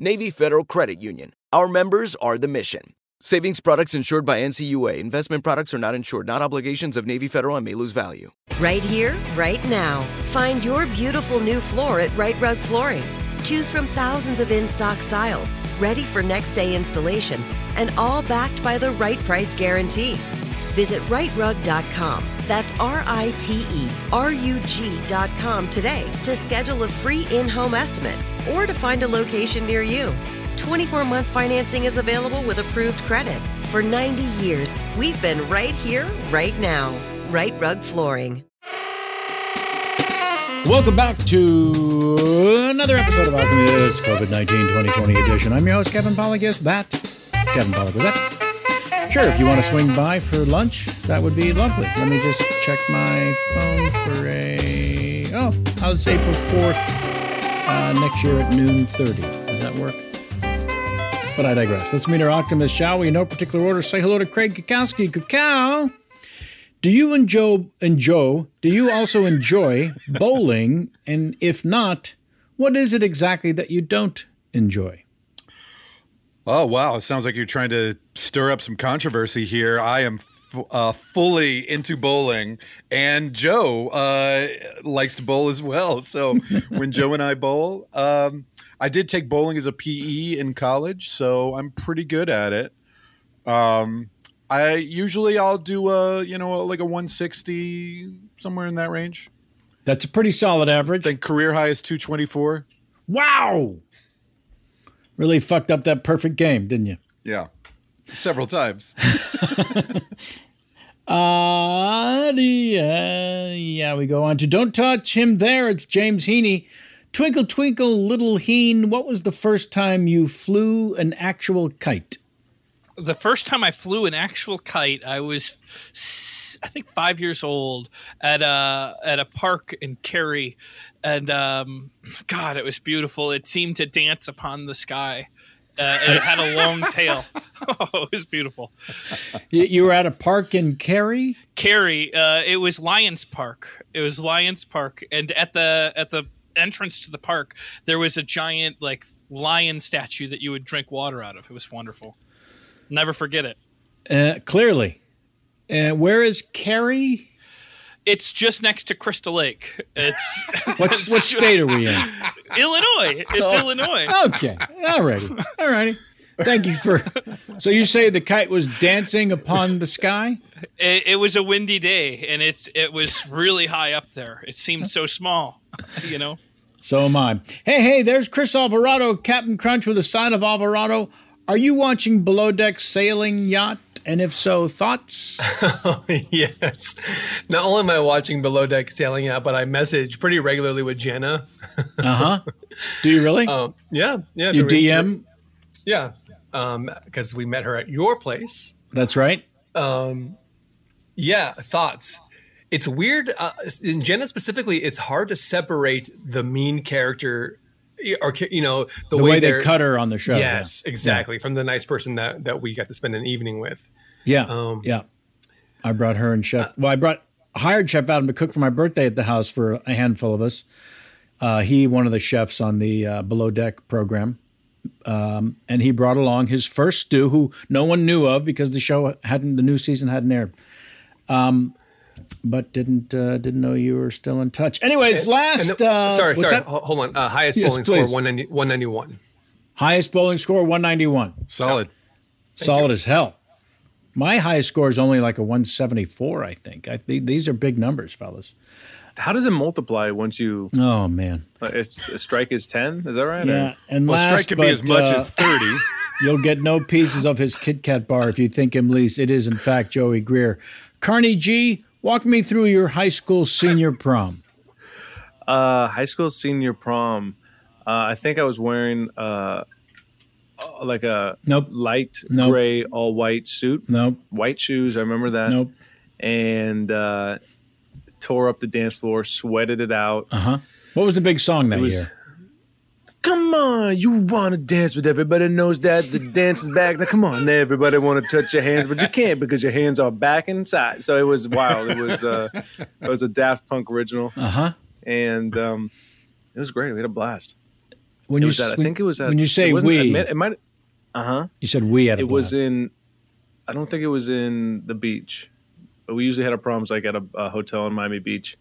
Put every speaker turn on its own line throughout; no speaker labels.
Navy Federal Credit Union. Our members are the mission. Savings products insured by NCUA. Investment products are not insured, not obligations of Navy Federal and may lose value.
Right here, right now. Find your beautiful new floor at Right Rug Flooring. Choose from thousands of in stock styles, ready for next day installation, and all backed by the right price guarantee. Visit rightrug.com. That's R I T E R U G.com today to schedule a free in home estimate or to find a location near you. 24 month financing is available with approved credit. For 90 years, we've been right here, right now. Right Rug Flooring.
Welcome back to another episode of Alchemy This COVID 19 2020 edition. I'm your host, Kevin Polygus. That, Kevin Polygus. That. Sure, if you want to swing by for lunch, that would be lovely. Let me just check my phone for a. Oh, how's April 4th uh, next year at noon 30? Does that work? But I digress. Let's meet our alchemist, shall we? In no particular order, say hello to Craig Kukowski. Kukow, do you and Joe and Joe, do you also enjoy bowling? And if not, what is it exactly that you don't enjoy?
Oh wow! It sounds like you're trying to stir up some controversy here. I am f- uh, fully into bowling, and Joe uh, likes to bowl as well. So when Joe and I bowl, um, I did take bowling as a PE in college, so I'm pretty good at it. Um, I usually I'll do a you know like a 160 somewhere in that range.
That's a pretty solid average.
I think career high is 224.
wow! Really fucked up that perfect game, didn't you?
Yeah, several times.
Uh, the, uh, yeah, we go on to Don't Touch Him There. It's James Heaney. Twinkle, twinkle, little heen, what was the first time you flew an actual kite?
the first time I flew an actual kite, I was, s- I think, five years old at a at a park in Kerry, and um, God, it was beautiful. It seemed to dance upon the sky. Uh, and it had a long tail. Oh, it was beautiful.
You, you were at a park in Kerry?
Kerry, uh, it was Lions Park. It was Lions Park, and at the at the entrance to the park, there was a giant like lion statue that you would drink water out of. It was wonderful. Never forget it.
Uh, clearly. Uh, where is Carrie?
It's just next to Crystal Lake. It's
What's what state are we in?
Illinois. It's Illinois.
Oh. Okay. Alrighty. Alrighty. Thank you for. So you say the kite was dancing upon the sky?
It, it was a windy day, and it it was really high up there. It seemed so small, you know.
So am I. Hey, hey, there's Chris Alvarado, Captain Crunch with a sign of Alvarado. Are you watching Below Deck Sailing Yacht? And if so, thoughts?
yes. Not only am I watching Below Deck Sailing Out, but I message pretty regularly with Jenna.
Uh huh. Do you really?
Um, yeah, yeah.
you
through Instagram.
DM?
Yeah, because we met her at your place. Um,
That's right.
Yeah, thoughts. It's weird. Uh, in Jenna specifically, it's hard to separate the mean character, or you know, the,
The way, they
they're-
cut her on the show. yeah.
Yes, exactly. From the nice person that that we got to spend an evening with.
Yeah. yeah. I brought her and Chef. Well, I brought hired Chef Adam to cook for my birthday at the house for a handful of us. Uh, he, one of the chefs on the uh, Below Deck program, um, and he brought along his first stew, who no one knew of because the show hadn't, the new season hadn't aired. Um, but didn't uh, didn't know you were still in touch. Anyways, last
And the-
uh,
sorry,
what's
sorry.
that?
Ho- Hold on. Uh, highest
Yes,
bowling score
please.
190, 191.
highest bowling score one ninety one,
Solid.
solid as hell. My highest score is only like a one seventy four, I think. I, th- these are big numbers, fellas.
How does it multiply once you?
Oh man,
Like, it's, a strike is ten. Is that right? or-
Yeah, and
Well,
last
strike could
but
be as much
uh,
as thirty.
you'll get no pieces of his Kit Kat bar if you think him least. It is in fact Joey Greer. Carney G, walk me through your high school senior prom.
uh, high school senior prom. Uh, I think I was wearing uh, uh, like a
Nope.
light
Nope.
gray all white suit,
Nope,
white shoes. I remember that.
nope.
And uh, tore up the dance floor, sweated it out.
Uh huh. What was the big song that
It was-
year?
Come on, you want to dance, but everybody knows that the dance is back. Now, come on, everybody want to touch your hands, but you can't because your hands are back inside. So it was wild. It was uh, it was a Daft Punk original,
Uh huh.
and um, it was great. We had a blast.
When
it
you
was at, I
when-
think it was at,
when you say
it wasn't at
we,
Mid- it might. Uh huh.
you said we at a
It was
blast.
in. I don't think it was in the beach, but we usually had our proms like at a, a hotel in Miami Beach.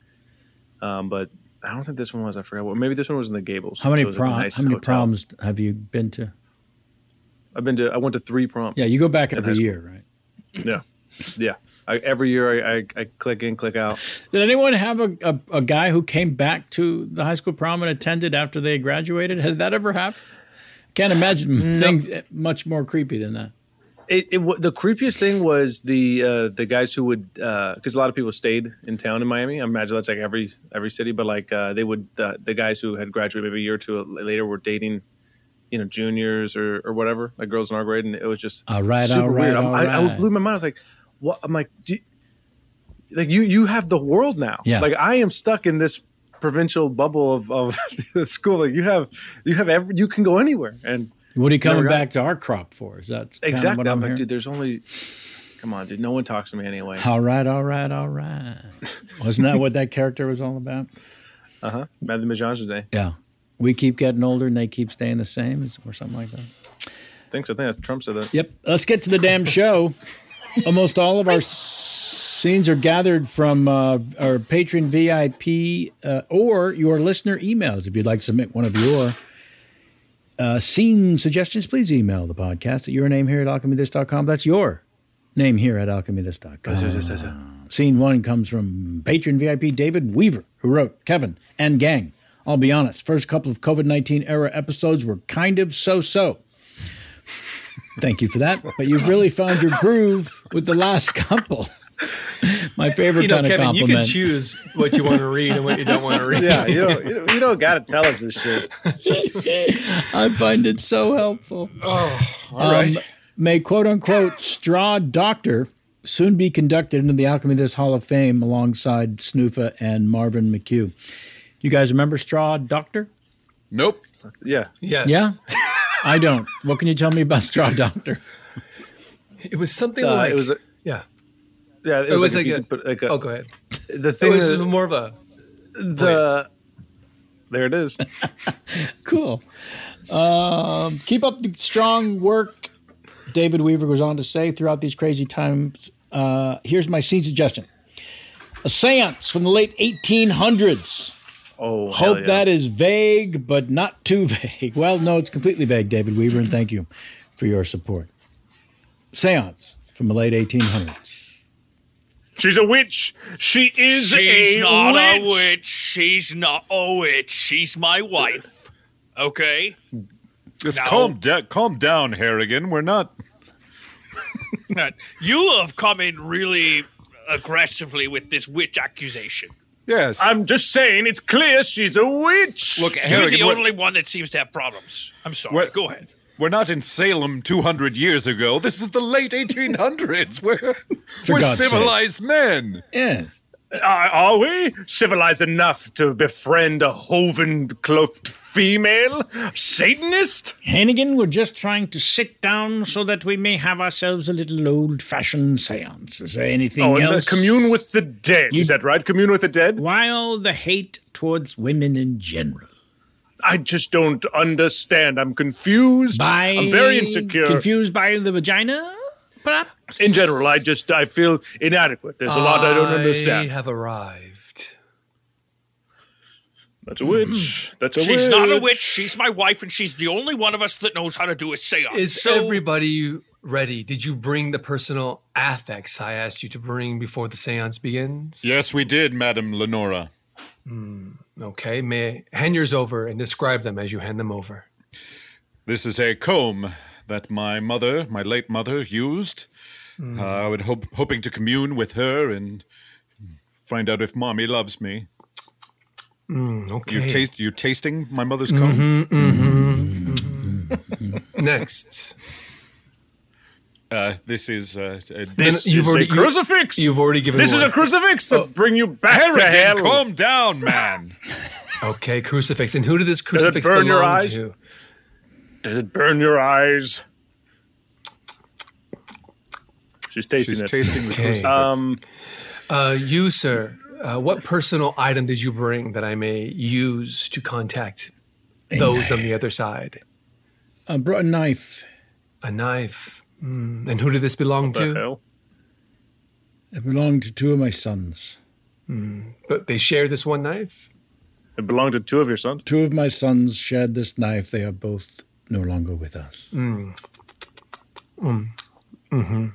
Um, but I don't think this one was. I forgot what. Maybe this one was in the Gables.
How many
So it was like a
prom?
nice
how many
hotel.
proms have you been to?
I've been to. I went to three proms.
Yeah, you go back every
high school.
year, right?
Yeah, yeah. I, every year I, I, I click in, click out.
Did anyone have a, a, a guy who came back to the high school prom and attended after they graduated? Has that ever happened? Can't imagine things eh, much more creepy than that.
It, it wa- the creepiest thing was the uh, the guys who would because a lot of people stayed in town in Miami. I imagine that's like every every city, but like uh, they would uh, the guys who had graduated maybe a year or two later were dating, you know, juniors or, or whatever, like girls in our grade, and it was just
All right,
super
all right,
weird. I'm-
all
I, I
right.
blew my mind. I was like, what? I'm like, do you, like you you have the world now.
Yeah.
Like I am stuck in this provincial bubble of of the school. Like you have you have every, you can go anywhere and.
What are you coming
Never got
back to our crop for? Is that kinda
Exactly.
What
I'm,
I'm
like,
hearing?
dude, there's only. Come on, dude. No one talks to me anyway.
all right, all right, all right. Wasn't that what that character was all about?
Madame Majan's today.
Yeah, we keep getting older and they keep staying the same, is- or something like that.
Thanks. I think that's Trump said that.
Yep. Let's get to the damn show. Almost all of our s- scenes are gathered from uh, our patron VIP uh, or your listener emails. If you'd like to submit one of your uh, scene suggestions, please email the podcast at your name here at alchemythis.com. That's your name here at alchemythis.com. Scene one comes from patron VIP David Weaver, who wrote Kevin and Gang. I'll be honest, first couple of COVID 19 era episodes were kind of so so. Thank you for that. But you've really found your groove with the last couple. My favorite
You know,
kind of
Kevin,
compliment.
you can choose what you want to read and what you don't want to read.
Yeah, you don't, you don't, you don't got to tell us this shit.
I find it so helpful. Oh, all right. Um, may quote unquote straw doctor soon be conducted into the Alchemy of This Hall of Fame alongside Snoofa and Marvin McHugh. You guys remember Straw Doctor?
nope.
Yeah.
Yes.
Yeah. I don't. What can you tell me about Straw Doctor?
It was something
Uh,
like.
it was. A,
yeah.
yeah. It was, like, if you
a-
could put, like a,
Oh, go ahead.
the
It
thing
was
is
more of a.
the. There it is.
Cool. Um, keep up the strong work.
David Weaver goes on to say throughout these crazy times, uh, here's my seed suggestion a seance from the late 1800s.
Oh, hell
Hope
yeah.
that is vague, but not too vague. Well, no, it's completely vague, David Weaver, and thank you for your support. Seance from the late 1800s.
She's a witch. She is
She's
a
not
witch.
a witch. She's not a witch. She's my wife. Okay.
Just
No.
calm down, calm down, Harrigan. We're not.
You have come in really aggressively with this witch accusation.
Yes.
I'm just saying, it's clear she's a witch.
Look,
You're the
Harrigan, we're,
only one that seems to have problems. I'm sorry.
What-
Go ahead.
we're not in Salem 200 years ago. This is the late 1800s. We're
For
we're
God's sake.
civilized men.
Yes.
Are, are we civilized enough to befriend a hoven clothed female Satanist?
Hannigan, we're just trying to sit down so that we may have ourselves a little old fashioned seance. Is there anything
oh, and, uh,
else?
commune with the dead. is that right? Commune with the dead?
Why all the hate towards women in general?
I just don't understand. I'm confused.
By
I'm very insecure.
Confused by the vagina? Perhaps?
In general, I just I feel inadequate. There's a lot I don't understand.
I have arrived.
That's a
Hmm.
witch. That's a
Hmm. she's
witch.
not a witch. She's my wife, and she's the only one of us that knows how to do a seance.
Is
so
everybody ready? Did you bring the personal affects I asked you to bring before the seance begins? Hmm.
Yes, we did, Madam Lenora.
Okay, may I hand yours over and describe them as you hand them over.
This is a comb that my mother, my late mother, used.
Hmm.
Uh, I would hope, hoping to commune with her and find out if mommy loves me.
Mm, okay.
You taste, you tasting my mother's comb.
Mhm, mhm, mhm. Next.
Uh, this is uh, a,
This
No, no, you've
is
already-
a
you-
crucifix.
You've already given
this is
one.
a crucifix to bring you back to hell.
Harrigan, calm down, man.
Okay, crucifix. And who did
Does
this
it
crucifix
burn your
belong
eyes?
to?
Does it burn your eyes? She's tasting
She's
it.
tasting the
Okay.
crucifix.
um,
Uh, you, sir. Uh, what personal item did you bring that I may use to contact those on the other side?
I Uh, brought a knife.
A knife. Mm, And who did this belong
what the
to?
hell?
It belonged to two of my sons.
But they share this one knife.
It belonged to two of your sons.
Two of my sons shared this knife. They are both no longer with us.
Hmm. Mm, mm-hmm.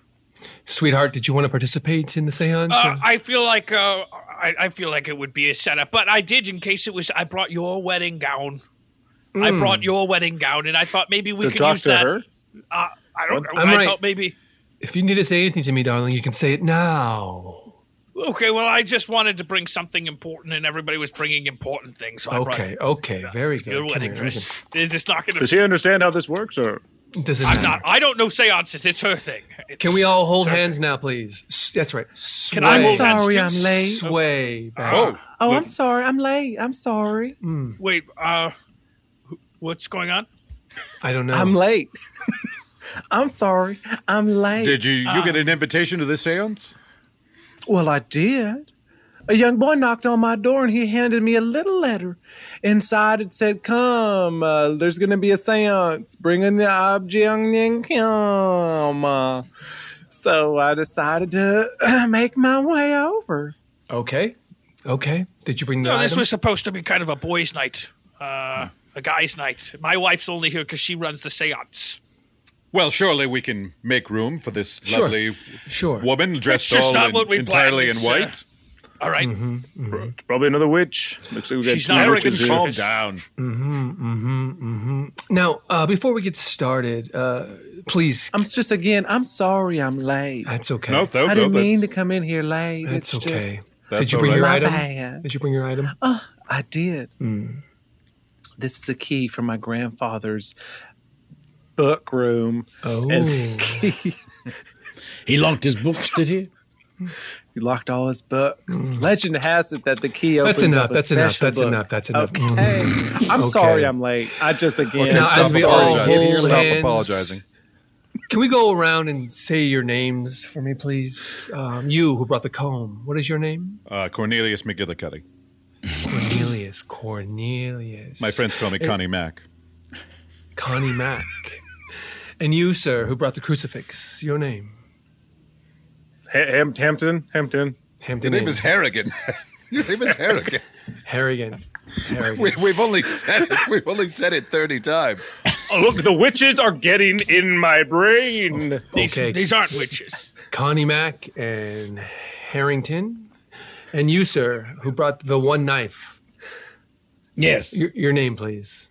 Sweetheart, did you want to participate in the seance?
uh,
or-
I feel like uh, I, I feel like it would be a setup, but I did in case it was. I brought your wedding gown. I
Hmm.
brought your wedding gown, and I thought maybe we
To
could
talk
use
to
that.
her?
Uh, I don't know.
I'm
I
right.
thought maybe.
if you need to say anything to me, darling, you can say it now.
Okay, well, I just wanted to bring something important, and everybody was bringing important things. So I brought
Okay, okay, very good.
your
Come
wedding
here,
dress. Is this not going
Does
to?
he understand how this works? Or
listen. Does it
I'm
matter?
not. I don't know seances. It's her thing. It's-
Can we all hold hands now, please? S- That's right. Sway.
Can I hold hands too?
Sway back.
oh,
ah,
Oh, I'm sorry. I'm late. I'm sorry.
Wait. Uh, wh- what's going on?
I don't know.
I'm late. I'm sorry. I'm late. Um,
did you
Ah.
you get an invitation to this séance?
Well, I did. A young boy knocked on my door and he handed me a little letter. Inside it said, Come, uh, there's going to be a seance. Bring in the object come. Uh, so I decided to make my way over.
Okay, okay. Did you bring the
No, this
item?
was supposed to be kind of a boys' night, uh, a guys' night. My wife's only here because she runs the seance.
Well, surely we can make room for this
Sure.
lovely
sure.
woman dressed
just
all
not
in-
what we
entirely
planned.
in
It's, uh,
white. Mm-hmm,
All right.
it's probably another witch. Looks like we got
She's
two
not
witches
Harrigan,
American.
here.
calm down.
mm-hmm, Now, uh, before we get started, uh, please.
I'm just, again, I'm sorry I'm late.
That's okay.
No, no, no,
I didn't
that's-
mean to come in here late.
that's
it's
okay.
That's
Did you
all
bring
right.
your
My
item?
bad.
Did you bring your item?
Just, I did. This is a key from my grandfather's book room.
Oh,
And the key
He locked his books, did he?
He locked all his books. Legend has it that the key opens
Mm. That's enough,
Up a
that's enough,
special
that's
book.
enough, that's enough. Mm.
Okay. I'm
Okay.
sorry I'm late. I just again.
Now,
Stop
as we all
apologizing.
hold
Stop
hands-
apologizing.
can we go around and say your names for me, please? Um, you who brought the comb. What is your name?
Uh, Cornelius McGillicuddy.
Cornelius. Cornelius.
My friends call me Connie Mack.
Connie Mack. And you, sir, who brought the crucifix, your name?
Ham- Hampton? Hampton.
Hampton.
Your name is Harrigan. Your name is Harrigan.
Harrigan.
We, we've only said it. We've only said it thirty times.
Oh, look, the witches are getting in my brain.
Okay.
These aren't witches.
Connie Mack and Harrington. And you, sir, who brought the one knife.
Yes.
Your, your name, please.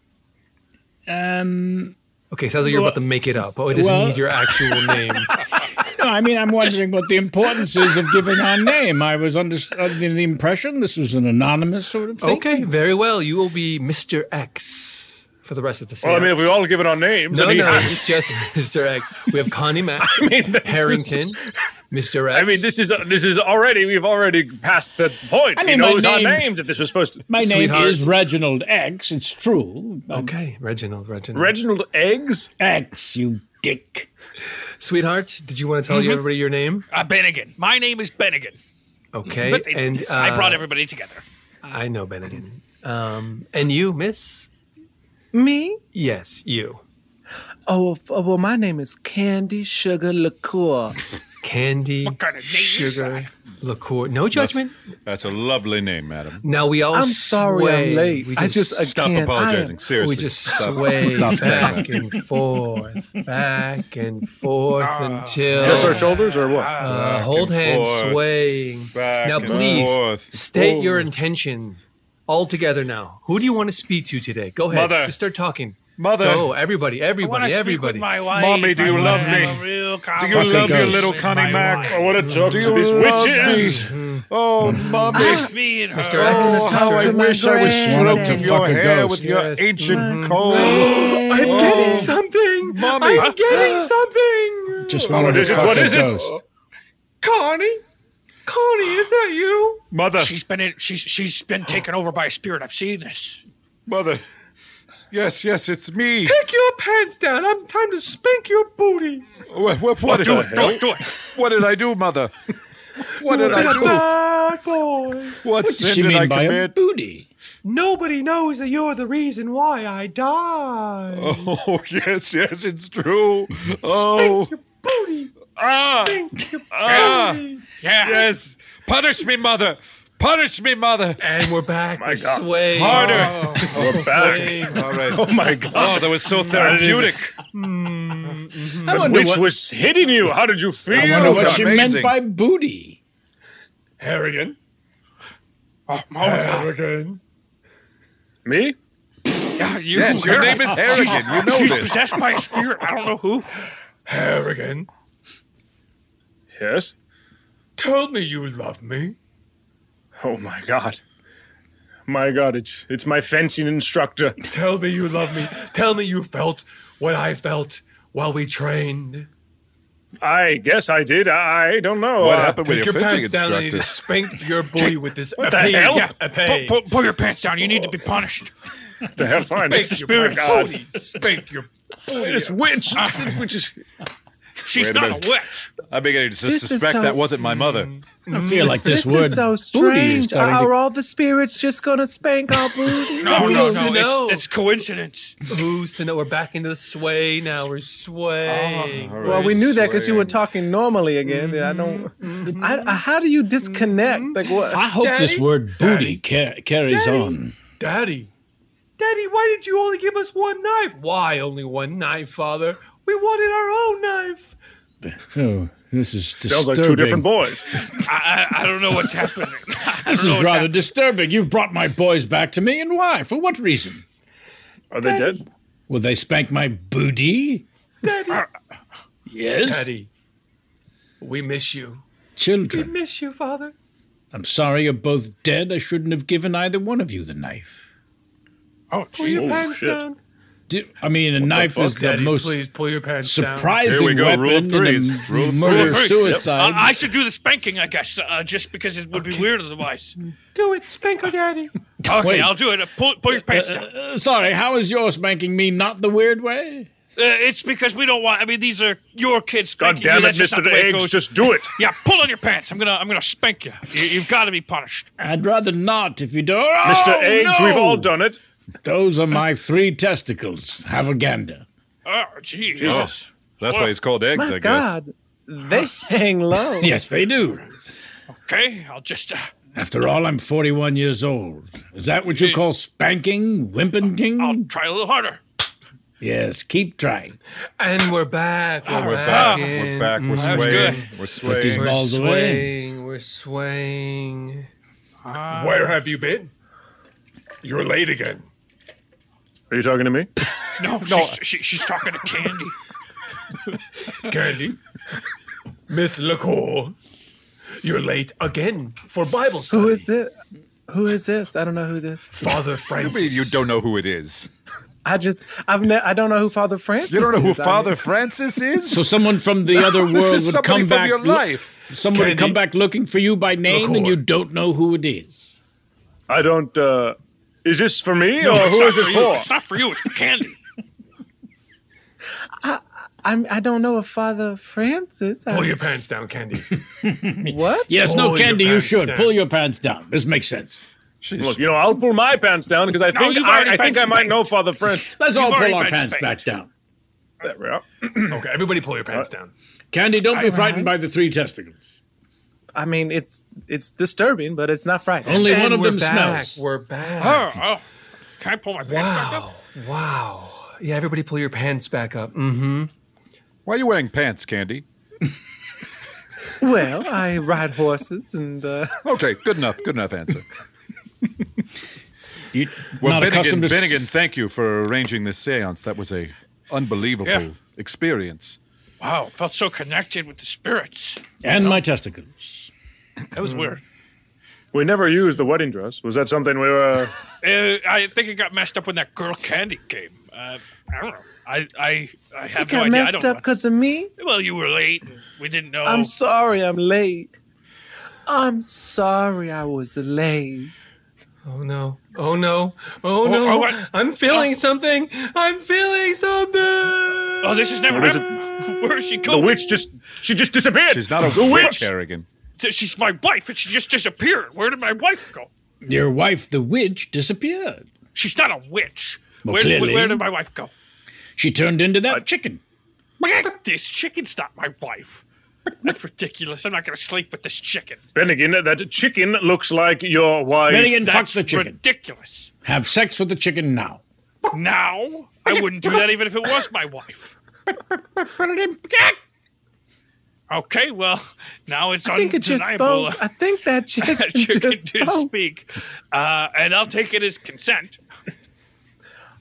Um,
Okay, sounds like you're about to make it up. Oh, it doesn't
Well-
need your actual name.
no, I mean, I'm wondering what the importance is of giving our name. I was under, under the impression this was an anonymous sort of thing.
Okay, very well. You will be Mr. X for the rest of the series.
Well, I mean, if we all given our names,
No,
and he
no,
had-
it's just Mr. X. We have Connie Mack,
I mean, this is-
Harrington, Mr. X.
I mean, this is this is already we've already passed the point.
I
he
mean, my
knows
name-
our names. If this was supposed to,
My name is Reginald X. It's true.
Okay, Reginald, Reginald.
Reginald Eggs.
X, you dick.
Sweetheart, did you want to tell
Mhm.
you everybody your name?
Uh, Bennigan. My name is Bennigan.
Okay,
But they-
and,
I brought
uh,
everybody together.
I know Bennigan. Um, and you, Miss?
Me?
Yes, you.
Oh, f- oh, well, my name is Candy Sugar Liqueur.
Candy, sugar, liqueur. No judgment.
That's a lovely name, madam.
Now we all
I'm sorry I'm
sway.
late.
We
I just- I
stop
can't- I am-
apologizing.
Seriously,
we just
stop-
sway
stop saying
back
that.
and forth, back and forth until
Just our shoulders, or what?
Uh, hold hands, swaying. now,
and
please
forth.
state
Forward.
your intention all together. Now, who do you want to speak to today? Go ahead,
Mother.
just start talking.
Mother.
go everybody,
wanna
everybody,
speak with
everybody.
my wife. Mommy, do
I
you
wanna
love
have
me?
a
Do
real
you love your
conversation
little
with
Connie
my
Mack?
wife.
I want to talk
Do
to
you
these
love
witches.
Oh, mommy.
Mr. X.
Oh, how I wish I was stroked
Fuck
your
a
hair
ghost.
with your
Yes.
ancient
Mm.
Mhm.
comb.
I'm
Oh.
getting something.
Mommy.
I'm getting something.
Just
wanted to fuck
What
a
is it?
ghost.
Connie? Connie, is that you?
Mother.
She's been in, she's she's been taken over by a spirit. I've seen this.
Mother. Yes, yes, it's me.
Take your pants down. I'm time to spank your booty.
What, what,
Oh,
what did
do
I
it, do it,
do? What did I do, mother? What did I do?
Bad boy.
What sin did I commit?
booty?
Nobody knows that you're the reason why I die.
Oh, yes, yes, it's true. Oh. Ah. ah. Yes. Punish me, mother. Punish me, mother.
And we're back.
My
We're God. swaying.
Harder.
Oh. We're
back. All right.
Oh my God.
Oh, that was so therapeutic.
Mm-hmm.
I
The
wonder
witch
what-
was hitting you. How did you feel?
I wonder what she
Amazing.
meant by booty.
Harrigan.
Oh, my God.
Harrigan.
Uh, Me?
Yeah, you,
Yes, your name is Harrigan.
She's-
You know
she's
this.
possessed by a spirit. I don't know who.
Harrigan.
Yes.
Tell me you love me.
Oh my God. My God, it's it's my fencing instructor.
Tell me you love me. Tell me you felt what I felt while we trained.
I guess I did. I, I don't know.
What
Uh,
happened with
Take
your
your
fencing
pants down and
instructor?
you just spanked your booty with this.
What the hell?
Yeah.
Pull, pull, pull your pants down. You need to be punished.
The hell, fine.
Make the
It's-
spirit
my God.
holy.
Spank your Ah.
This witch, which is
She's
Wait a
not a
minute.
witch. Mm.
I'm beginning to
This is
suspect
so-
that wasn't my mother.
I feel like this,
This
word.
is so
Booty is
strange.
starting
Are
to-
all the spirits just gonna spank our booty?
No, no,
Who's to
no.
know?
It's, it's coincidence.
Who's to know? We're back into the sway now. We're swaying.
Ah,
Well, we knew that because you were talking normally again. I don't. I, I- how do you disconnect? Like what?
Mm-hmm. I hope this
Daddy?
word booty ca- carries
Daddy?
on.
Daddy, Daddy, why did you only give us one knife? Why only one knife, Father? We wanted our own knife.
Oh, this is disturbing.
sounds like two different boys.
I, I, I don't know what's happening. I don't
This is
know what's
rather
happening.
disturbing. You've brought my boys back to me, and why? For what reason?
Are they dead?
Will they spank my booty?
Daddy,
Yes.
Daddy, we miss you. We
Children,
miss you, Father.
I'm sorry you're both dead. I shouldn't have given either one of you the knife.
Oh,
Pull your
gee.
pants down.
Di- I mean, a knife is the
Daddy,
most
please pull your pants down.
surprising
Here we go,
weapon
rule of threes.
in a
Rule of
murder
threes.
suicide.
Uh, I should do the spanking, I guess, uh, just because it would be weird otherwise.
Do it, Spanker Daddy.
Okay,
Wait.
I'll do it. Uh, Pull, pull your pants down. Uh,
Uh, sorry, how is yours spanking me not the weird way?
Uh, it's because we don't want. I mean, these are your kids.
God
Spanking
damn it,
you. That's just not
Mister
the way it
Eggs,
goes.
just do it.
yeah, pull on your pants. I'm gonna, I'm gonna spank you. you you've got to be punished.
I'd rather not if you do. Oh,
Mister Eggs, we've
no!
all done it.
Those are my three testicles. Have a gander.
Oh, gee.
Jesus.
That's why he's called eggs,
My
I guess.
Oh, God, they hang low.
yes, they do.
Okay, I'll just. Uh,
After all, I'm 41 years old. Is that what you call spanking, wimpenting? I'll
try a little harder.
Yes, keep trying.
And we're back. We're,
Ah, we're
back.
back, we're
in.
back, we're
That was
swaying,
good.
we're swaying. Put these balls
we're
away.
swaying. We're swaying.
Where have you been? You're late again.
Are you talking to me?
No, she's, she, she's talking to Candy.
Candy? Miss LaCour, you're late again for Bible study.
Who is this? Who is this? I don't know who this.
Father
Francis. You, mean you don't know who it is.
I just I've ne- I don't know who Father Francis.
You don't know who
is. I
Father
mean-
Francis is?
So someone from the other
This
world
is
would
somebody
come
from
back.
your
loo-
life.
someone would
Kennedy.
come back looking for you by name, and you don't know who it is.
I don't. Uh, is this for me
No,
or
it's
who
not
is this
for you.
for?
It's not for you. It's for Candy.
I'm I don't know a Father Francis. I-
Pull your pants down, Candy.
what?
Yes, no,
Pull your
Candy, you
pants
should
down.
pull your pants down. This makes sense.
Look, you know, I'll pull my pants down because I
No,
think
you've
I,
already
I think
been
I might know Father Francis.
Let's all pull our pants back down.
There we are.
okay, everybody pull your pants down.
Candy, don't be
Alright.
frightened by the three testicles.
I mean, it's it's disturbing, but it's not frightening.
Only And one of we're them back.
Back. We're back.
Oh, oh, can I pull my pants back
Wow. Wow. Yeah, everybody pull your pants back up. Mm-hmm.
Why are you wearing pants, Candy?
Well, I ride horses and. Uh...
Okay, good enough. Good enough answer.
you,
well,
not
Bennigan,
accustomed to s-
Bennigan, thank you for arranging this seance. That was a unbelievable
Yeah.
experience.
Wow, felt so connected with the spirits.
And my testicles.
That was weird.
We never used the wedding dress. Was that something we were?
Uh, I think it got messed up when that girl Candy came. Uh, I don't know. I I, I
You
have no
got
idea. I
messed
don't
up
know.
because of me.
Well, you were late. and We didn't know.
Oh.
I'm sorry, I'm late. I'm sorry, I was late.
Oh no. Oh no. Oh no.
oh, I-
I'm feeling something. I'm feeling something. Oh,
this has never
What is
happened. Where is she
The
going?
witch just she just disappeared.
She's not a
the
witch,
witch.
Harrigan.
Th- She's my wife, and she just disappeared. Where did my wife go?
Your wife, the witch, disappeared.
She's not a witch.
Well,
where, did-
clearly.
where did my wife go?
She turned into that chicken.
This chicken's not my wife. That's ridiculous. I'm not going to sleep with this chicken.
Bennigan, uh, that chicken looks like your wife.
Bennigan, fuck
That's
the chicken.
ridiculous.
Have sex with the chicken now.
Now I wouldn't do that even if it was my wife. Okay, well now it's
I think it just
undeniable.
spoke. I think that chicken,
That chicken
just
did
spoke.
speak, uh, and I'll take it as consent.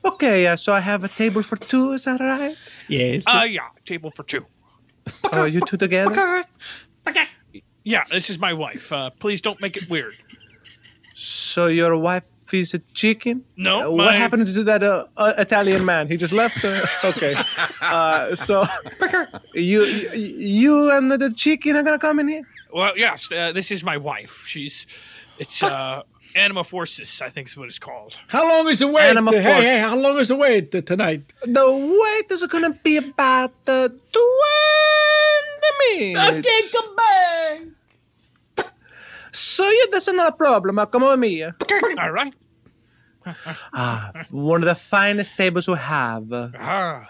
Okay, uh, so I have a table for two. Is that right?
Yes.
Uh, yeah, table for two.
Oh, you two together?
Yeah, this is my wife. Uh, please don't make it weird.
So your wife is a chicken?
No,
Uh, what
my-
happened to that uh, uh, Italian man? He just left. Uh, okay. Uh, so you, you you and the chicken are gonna come in here.
Well, yes, uh, this is my wife. She's it's uh, anamorphosis, I think is what it's called.
How long is the wait?
Adam, of
Hey,
course.
hey, how long is the wait t- tonight?
The wait is gonna be about uh, twenty minutes. Okay, come back. So you, that's not a problem.
Ah,
Uh, come over me.
All right.
Ah, one of the finest tables we have.
Uh-huh.
Ah,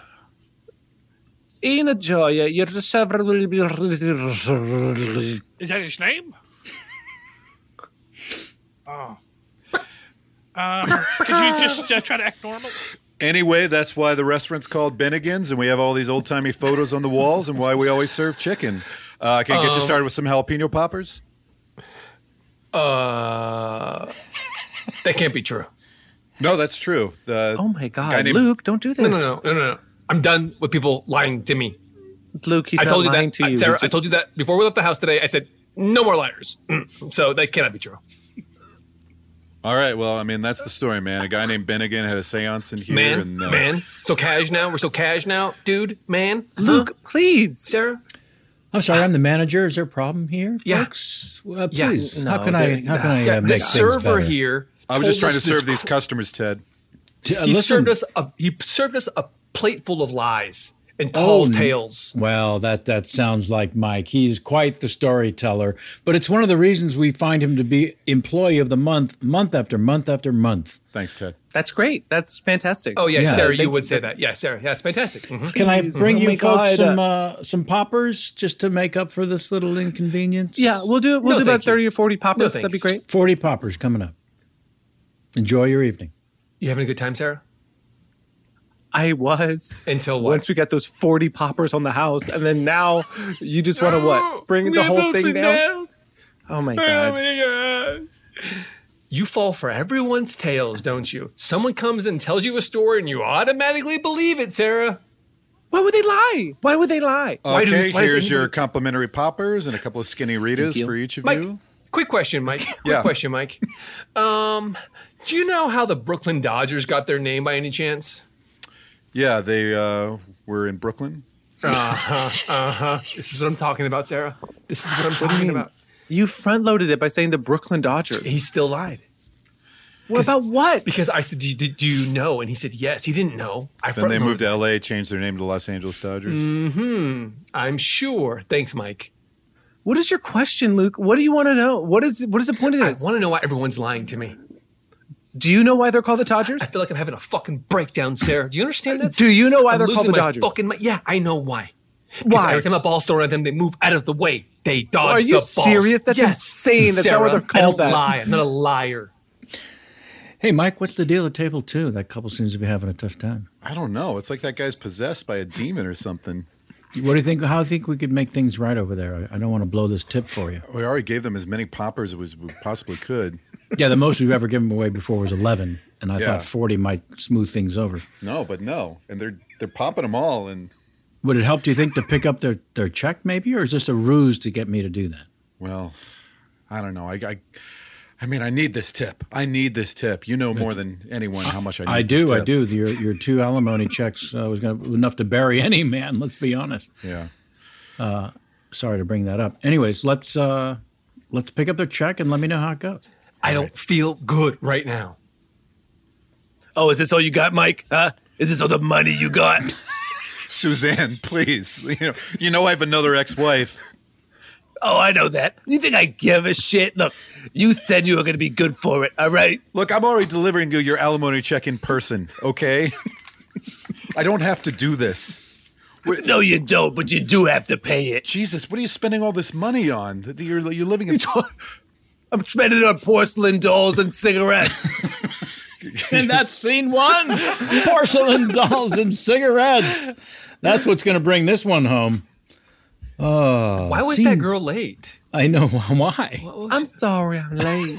Enjoy. uh, Your server will be.
is that his name? Oh. Uh, could you just uh, try to act normal?
Anyway, that's why the restaurant's called Bennigan's, and we have all these old timey photos on the walls, and why we always serve chicken. Uh, can I get you
Um,
started with some jalapeno poppers?
Uh, that can't be true.
No, that's true. The
Oh my
guy
God,
named-
Luke! Don't do
No,
this.
no, no, no, no, no. I'm done with people lying to me.
Luke, he's
I told
not
you
lying
that, Uh,
to you.
Sarah.
He's
I told you that before we left the house today. I said no more liars. Mm. So that cannot be true.
All right. Well, I mean, that's the story, man. A guy named Bennigan had a seance in here.
man,
and, uh,
man. So cash now. We're so cash now, dude. Man,
Luke, please.
Sarah.
I'm sorry, I'm the manager. Is there a problem here,
Yeah.
folks? Uh,
Yeah.
please,
No,
how can I
there-
how can I
yeah,
uh,
the
make things
server
better?
here-
I was just
told
trying to
us this
serve these customers, Ted.
T- uh,
he
listen,
served us a he served us a plate full of lies, and tall
Oh,
tales.
Well, that that sounds like Mike. He's quite the storyteller, but it's one of the reasons we find him to be employee of the month, month after month after month.
Thanks, Ted.
That's great. That's fantastic.
Oh yeah,
Yeah.
Sarah,
Thank-
you would say that. Yeah, Sarah, that's fantastic. Mhm.
Can I bring
oh
you
my
folks
God,
some uh, some poppers just to make up for this little inconvenience?
Yeah, we'll do we'll
No,
do
thank
about
you.
thirty or forty poppers. That'd be great.
Forty poppers coming up. Enjoy your evening.
You having a good time, Sarah?
I was
until
what? once we got those forty poppers on the house, and then now you just want to what? Bring the whole thing down? Oh my god!
You fall for everyone's tales, don't you? Someone comes and tells you a story and you automatically believe it, Sarah.
Why would they lie? Why would they lie?
Why do-
Uh, Okay,
why does
here's
anybody-
your complimentary poppers and a couple of skinny Ritas for each of
Mike,
you.
Quick question, Mike. Quick
Yeah.
question, Mike. Um, do you know how the Brooklyn Dodgers got their name by any chance?
Yeah, they uh, were in Brooklyn.
Uh
Uh-huh,
huh. Uh huh. This is what I'm talking about, Sarah. This is what I'm
What do you
talking
mean?
about.
You front loaded it by saying the Brooklyn Dodgers.
He still lied.
What about what?
Because I said, do you, do you know? And he said, yes. He didn't know. I
then they moved to LA, changed their name to Los Angeles Dodgers.
Hmm. I'm sure. Thanks, Mike.
What is your question, Luke? What do you want to know? What is what is the point of this?
I want to know why everyone's lying to me.
Do you know why they're called the Dodgers? I
feel like I'm having a fucking breakdown, Sarah. Do you understand that?
Do you know why
I'm
they're called
losing
the
my
Dodgers?
Fucking mi- yeah, I know why. 'Cause
Why?
Every time a ball's thrown at them, they move out of the way. They dodge
Are
the
you
balls.
serious? That's
yes.
insane. That's not why
Sarah,
they're
I
called
don't
that.
lie. I'm not a liar.
Hey, Mike, what's the deal at table two? That couple seems to be having a tough time.
I don't know. It's like that guy's possessed by a demon or something.
What do you think? How do you think we could make things right over there? I, I don't want to blow this tip for you.
We already gave them as many poppers as we possibly could.
Yeah, the most we've ever given away before was eleven, and I
Yeah.
thought forty might smooth things over.
No, but no, and they're they're popping them all, and
Would it help, do you think, to pick up their, their check maybe, or is this a ruse to get me to do that?
well, I don't know. I, I, I mean, I need this tip. I need this tip. You know more than anyone how much I. need
I
this
do, I
tip.
do. Your your two alimony checks uh, was gonna, enough to bury any man. Let's be honest.
Yeah.
Uh, sorry to bring that up. Anyways, let's uh, let's pick up their check and let me know how it goes.
I don't feel good right now.
Oh, is this all you got, Mike? Huh? Is this all the money you got?
Suzanne, please. You know, you know I have another ex-wife.
Oh, I know that. You think I give a shit? Look, you said you were going to be good for it, all right?
Look, I'm already delivering you your alimony check in person. Okay. I don't have to do this.
No, you don't, but you do have to pay it.
Jesus, what are you spending all this money on? That You're you're living in.
I'm spending it on porcelain dolls and cigarettes.
and that's scene one porcelain dolls and cigarettes. That's what's going to bring this one home. Oh,
Why was that
scene-
girl late?
I know why.
I'm sorry, I'm late.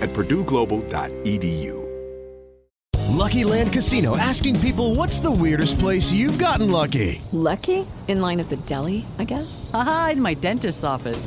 at purdueglobal.edu.
Lucky Land Casino asking people what's the weirdest place you've gotten lucky?
Lucky? In line at the deli, I guess? Aha, in my dentist's office.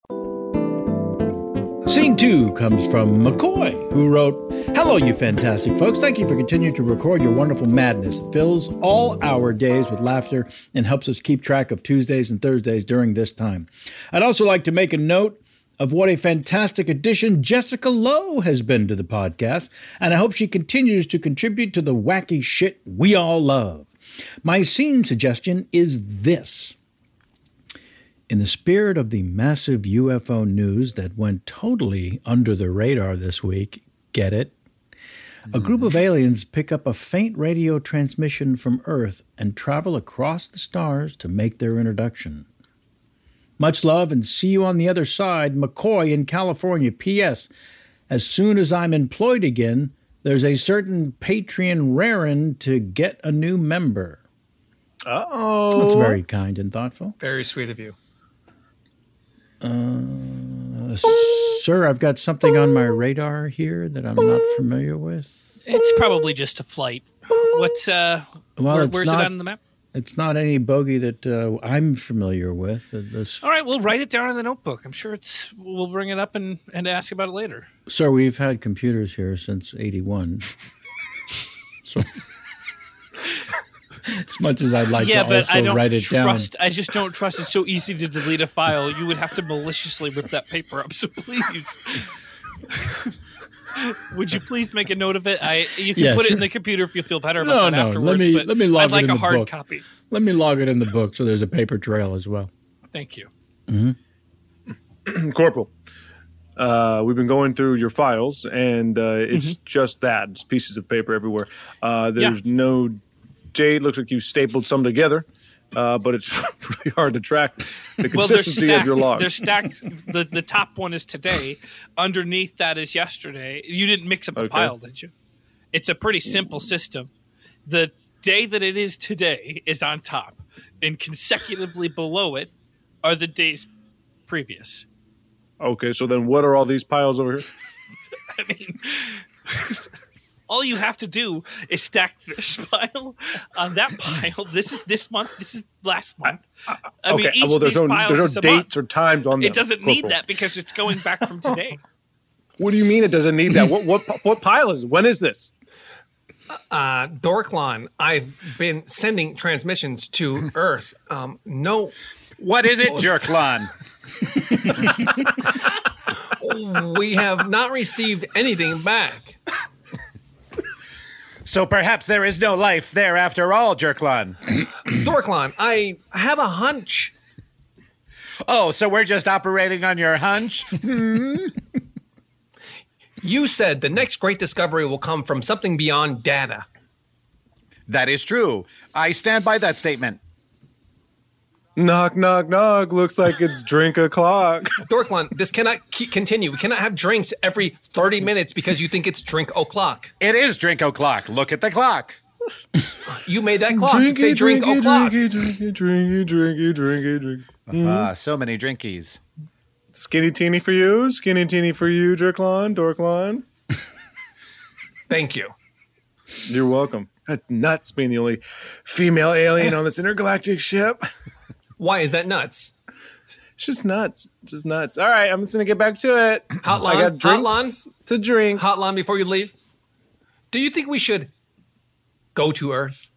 Scene two comes from McCoy, who wrote, Hello, you fantastic folks. Thank you for continuing to record your wonderful madness. It fills all our days with laughter and helps us keep track of Tuesdays and Thursdays during this time. I'd also like to make a note of what a fantastic addition Jessica Lowe has been to the podcast, and I hope she continues to contribute to the wacky shit we all love. My scene suggestion is this. In the spirit of the massive UFO news that went totally under the radar this week, get it? A group of aliens pick up a faint radio transmission from Earth and travel across the stars to make their introduction. Much love and see you on the other side, McCoy in California. P.S. As soon as I'm employed again, there's a certain Patreon rarin to get a new member.
Uh oh.
That's very kind and thoughtful.
Very sweet of you.
Uh, sir, I've got something on my radar here that I'm not familiar with.
It's probably just a flight. What's uh?
Well,
where-
it's
where's
not-
it on the map?
It's not any bogey that uh, I'm familiar with. Uh, This,
All right, we'll write it down in the notebook. I'm sure it's. We'll bring it up and and ask about it later.
sir, we've had computers here since '81. so, as much as I'd like
yeah,
to
but
also
I don't
write it
trust.
down,
I just don't trust. It's so easy to delete a file. You would have to maliciously rip that paper up. So please, would you please make a note of it? I you can
Yeah,
put it
sure.
in the computer if you feel better
no,
about that
no.
afterwards.
Let me
but
let me log
I'd
it
like
in
a
the
hard
book.
copy.
Let me log it in the book so there's a paper trail as well.
Thank you.
hmm
Corporal, uh, we've been going through your files, and uh, it's just that. It's pieces of paper everywhere. Uh, there's no date. Looks like you stapled some together, uh, but it's really hard to track the
well, they're
consistency
stacked.
of your log.
They're stacked. the The top one is today. Underneath that is yesterday. You didn't mix up the
Okay.
pile, did you? It's a pretty simple system. The day that it is today is on top, and consecutively below it are the days previous.
Okay, so then what are all these piles over here?
All you have to do is stack this pile on that pile. This is this month. This is last month. I,
uh,
mean,
okay,
each
well,
of these
there's no,
piles
there's
is
no
a month.
dates or times on them.
It doesn't need
Corporal.
that because it's going back from today.
What do you mean it doesn't need that? what what what pile is? it? When is this?
Uh, Dorklon, I've been sending transmissions to Earth. Um, no. Oh.
What is it, Jerklon?
we have not received anything back.
So perhaps there is no life there after all, Jerklon.
Dorklon, I have a hunch.
Oh, so we're just operating on your hunch?
Hmm. You said the next great discovery will come from something beyond data.
That is true. I stand by that statement.
Knock, knock, knock. Looks like it's drink o'clock.
Dorklon, this cannot keep continue. We cannot have drinks every 30 minutes because you think it's drink o'clock.
It is drink o'clock. Lock at the clock.
You made that clock. Say drink o'clock.
Drinky, drinky, drinky, drinky, drinky, drinky. Hmm?
Ah, so many drinkies.
Skinny teeny for you, skinny teeny for you, Dirklon, Dorklon.
Thank you.
You're welcome. That's nuts being the only female alien on this intergalactic ship.
Why is that nuts?
It's just nuts. Just nuts. All right, I'm just gonna get back to it.
Hotline.
I got drinks
Hotline.
to drink.
Hotline before you leave. Do you think we should go to Earth?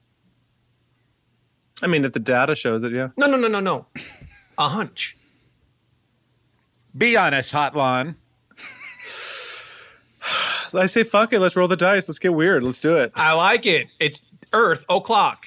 I mean, if the data shows it, yeah.
No, no, no, no, no. A hunch.
Be honest, Hotlon.
So I say fuck it. Let's roll the dice. Let's get weird. Let's do it.
I like it. It's Earth o'clock.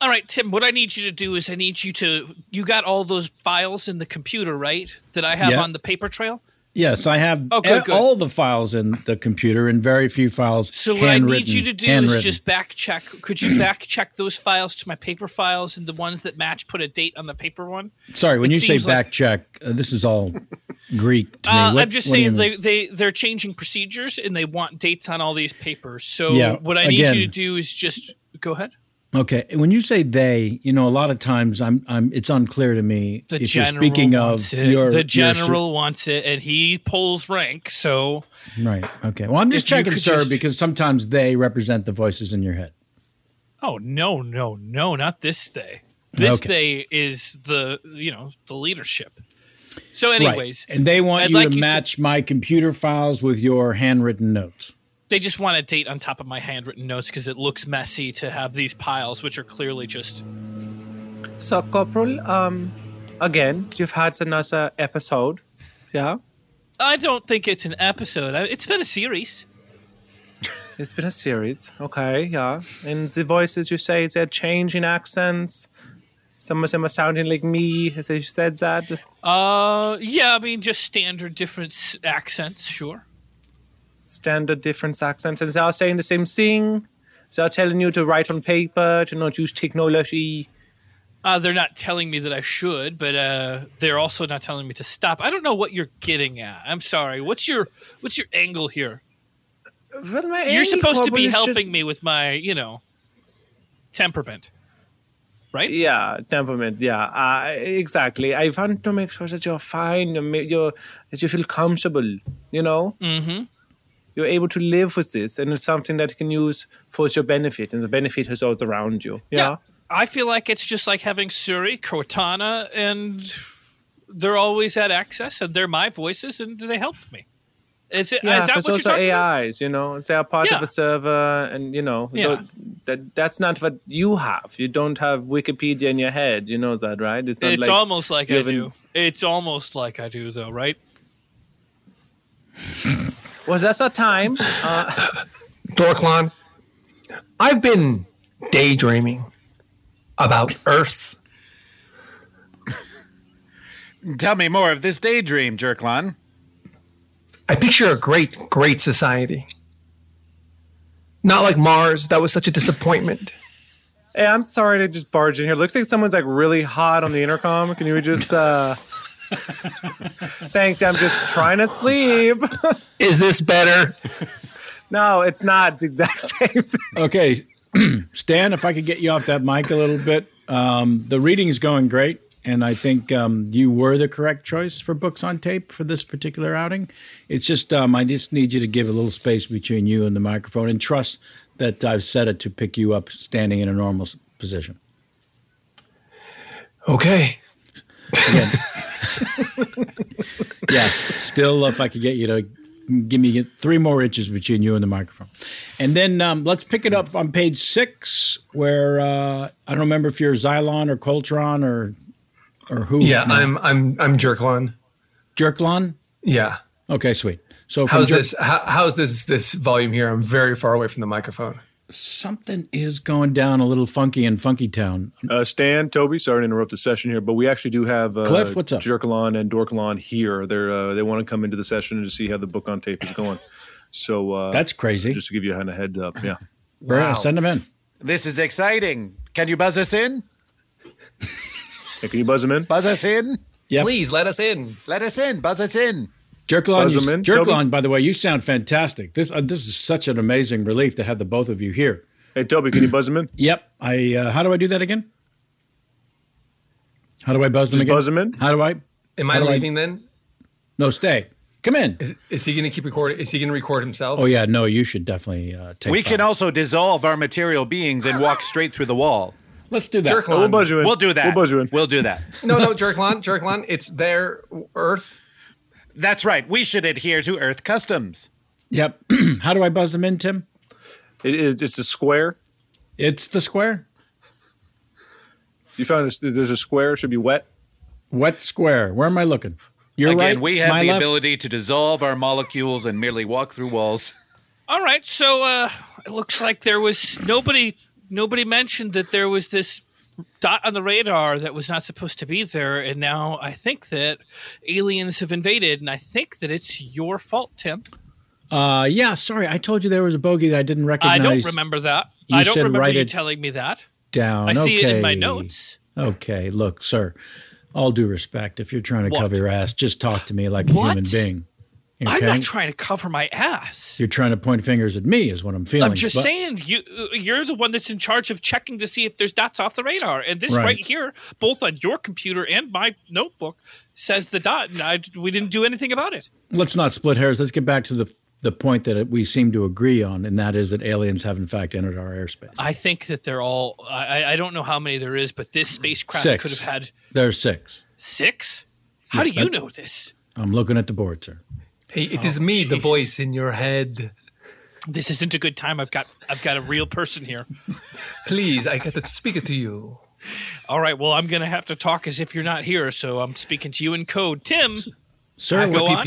All right, Tim, what I need you to do is I need you to you got all those files in the computer, right? That I have
Yeah.
on the paper trail?
Yes, I have
Oh, good,
e-
good.
all the files in the computer and very few files.
So what I need
handwritten-
you to do
handwritten.
is just back check. Could you back check those files to my paper files and the ones that match put a date on the paper one?
Sorry, when
It
you say
seems like-
back check, uh, this is all Greek to me.
Uh,
What-
I'm just
what do you
saying
mean?
they, they they're changing procedures and they want dates on all these papers. So
Yeah,
what I need you
again-
to do is just go ahead.
Okay, when you say they, you know, a lot of times I'm, I'm. It's unclear to me
The
if you're
general
speaking of
wants it.
your
the
your-
general wants it, and he pulls rank. So
right. Okay. Well, I'm just
If you
checking,
could
sir,
just-
because sometimes they represent the voices in your head.
Oh no, no, no, not this day. This day is the you know the leadership. So,
Right.
anyways,
and they want
I'd
you
like
to match my computer files with your handwritten notes.
they just want a date on top of my handwritten notes because it looks messy to have these piles, which are clearly just
So, Corporal, um, again, you've had another episode. Yeah?
I don't think it's an episode. I- It's been a series.
It's been a series. Okay, yeah. And the voices, you say, they're changing accents. Some of them are sounding like me as I said that.
Uh, yeah, I mean, just standard different s- accents, sure.
Standard different accents. And they are saying the same thing. They are telling you to write on paper, to not use technology.
Uh, they're not telling me that I should, but uh, they're also not telling me to stop. I don't know what you're getting at. I'm sorry. What's your what's your angle here?
Well, my
You're
angle,
supposed to
Corporal,
be
is just-
helping me with my, you know, temperament. right?
Yeah, temperament. Yeah, uh, exactly. I want to make sure that you're fine, you're, ma- you're, that you feel comfortable, you know?
Mm-hmm.
You're able to live with this, and it's something that you can use for your benefit, and the benefit is all around you. Yeah.
I feel like it's just like having Suri, Cortana, and they're always at access, and they're my voices, and they helped me. Is, it,
Yeah,
is that
because
what you're
those are
talking about?
AIs, you know, they are part of
Yeah.
a server, and you know,
Yeah.
tho- that that's not what you have. You don't have Wikipedia in your head. You know that, right? not
It's almost like
you
I
haven't-
do. It's almost like I do, though, right?
Was that a time? Uh,
Dorklon, I've been daydreaming about Earth.
Tell me more of this daydream, Jerklon.
I picture a great, great society. Not like Mars, that was such a disappointment.
Hey, I'm sorry to just barge in here. Looks like someone's like really hot on the intercom. Can you just uh Thanks, I'm just trying to sleep.
Is this better?
no, it's not. It's the exact same thing.
Okay, Stan, if I could get you off that mic a little bit. Um, the reading is going great, and I think um, you were the correct choice for books on tape for this particular outing. It's just um, I just need you to give a little space between you and the microphone, and trust that I've set it to pick you up standing in a normal s- position.
Okay.
Yes, still, if I could get you to give me three more inches between you and the microphone. And then um, let's pick it up on page six, where uh, I don't remember if you're Xylon or Coltron or or who.
Yeah, I'm I'm I'm Jerklon.
Jerklon?
Yeah.
Okay, sweet. So from
How's
Jer-
this how, how's this this volume here? I'm very far away from the microphone.
Something is going down a little funky in Funky Town.
Uh, Stan, Toby, sorry to interrupt the session here, but we actually do have uh,
Cliff, what's up?
Jerkalon and Dorkalon here. They're uh, they want to come into the session to see how the book on tape is going. So uh,
That's crazy.
Just to give you a kind of heads up, yeah.
Bro, Send them in.
This is exciting. Can you buzz us in?
can you buzz him in?
Buzz us in.
Yep.
Please let us in. Let us in. Buzz us in.
Jerklon,
Buzz
you,
them in,
Jerklon,
Toby.
by the way, you sound fantastic. This uh, this is such an amazing relief to have the both of you here.
Hey, Toby, can you buzz them in?
Yep. I. Uh, how do I do that again? How do I buzz them
Just
again?
buzz
them in.
How do I?
Am
how
I
do
leaving then?
No, stay. Come in.
Is, is he going to keep recording? Is he going to record himself?
Oh yeah, no, you should definitely uh, take.
we
five.
can also dissolve our material beings and walk straight through the wall.
Let's do
that. Jerk We'll on. buzz you in.
We'll do that.
We'll buzz you in.
We'll do that.
No, no, Jerklon, Jerklon. It's their Earth.
That's right. We should adhere to Earth customs.
Yep. How do I buzz them in, Tim?
it's a square.
It's the square.
You found a, there's a square. It should be wet.
Wet square. Where am I looking? You're
Again,
right.
we have
my
the
left.
ability to dissolve our molecules and merely walk through walls.
All right, so uh, it looks like there was nobody. Nobody mentioned that there was this dot on the radar that was not supposed to be there, and now I think that aliens have invaded, and I think that it's your fault, Tim.
Uh, yeah. Sorry, I told you there was a bogey that I didn't recognize.
I don't remember that.
You
I don't
said
remember
write
you
it
telling me that.
down.
I see it in my
Okay.
notes.
Okay, look, sir. All due respect, if you're trying to
What?
cover your ass, just talk to me like a
What?
human being.
I'm not trying to cover my ass.
You're trying to point fingers at me, is what I'm feeling.
I'm just
but-
saying you uh, you're the one that's in charge of checking to see if there's dots off the radar. And this
Right.
right, here, both on your computer and my notebook, says the dot, and I, we didn't do anything about it.
Let's not split hairs. Let's get back to the the point that we seem to agree on, and that is that aliens have in fact entered our airspace.
I think that they're all. I, I don't know how many there is, but this spacecraft
Six.
could have had
There's six.
six. How
Yeah,
do you
that-
know this?
I'm looking at the board, sir.
Hey, it is me, the voice in your head.
Oh, This isn't a good time. I've got I've got a real person here.
Please, I got to speak it to you.
All right. Well, I'm gonna have to talk as if you're not here, so I'm speaking to you in code. Tim,
Sir,
go
what-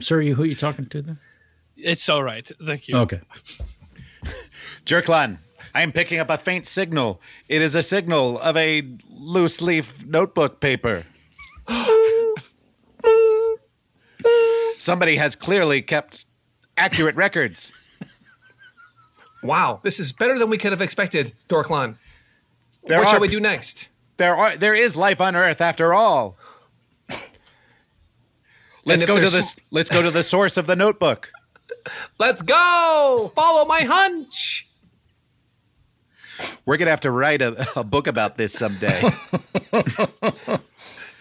sir, you who are you talking to? Then?
It's all right. Thank you.
Okay.
Jerklan, I am picking up a faint signal. It is a signal of a loose leaf notebook paper. Somebody has clearly kept accurate records.
Wow, this is better than we could have expected, Dorklon.
There
what
are
shall we
p-
do next?
There are there is life on Earth after all. Let's
if
go to
there's
the
sm-
let's go to the source of the notebook.
Let's go! Follow my hunch.
We're gonna have to write a, a book about this someday.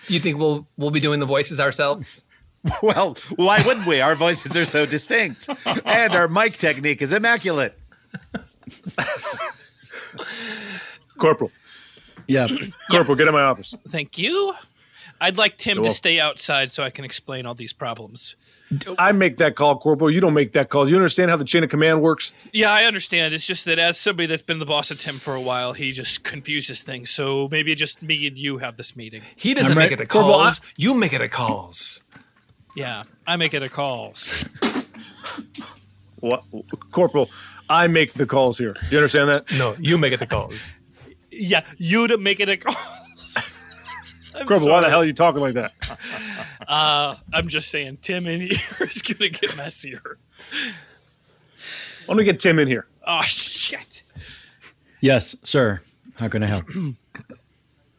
Do you think we'll we'll be doing the voices ourselves?
well, why wouldn't we? Our voices are so distinct, and our mic technique is immaculate.
Corporal.
Yeah.
Corporal, get in my office.
Thank you. I'd like Tim
You're
to
welcome.
stay outside so I can explain all these problems.
I make that call, Corporal. You don't make that call. You understand how the chain of command works?
Yeah, I understand. It's just that as somebody that's been the boss of Tim for a while, he just confuses things. So maybe just me and you have this meeting.
He doesn't make it a
Corporal,
calls. you make it a calls.
Yeah, I make it a calls.
What, Corporal, I make the calls here. You understand that?
No, you make it the calls.
yeah, you to make it a call.
Corporal, why the hell are you talking like that?
Uh, I'm just saying, Tim in here is gonna get messier.
Let me get Tim in here.
Oh shit!
Yes, sir. How can I help?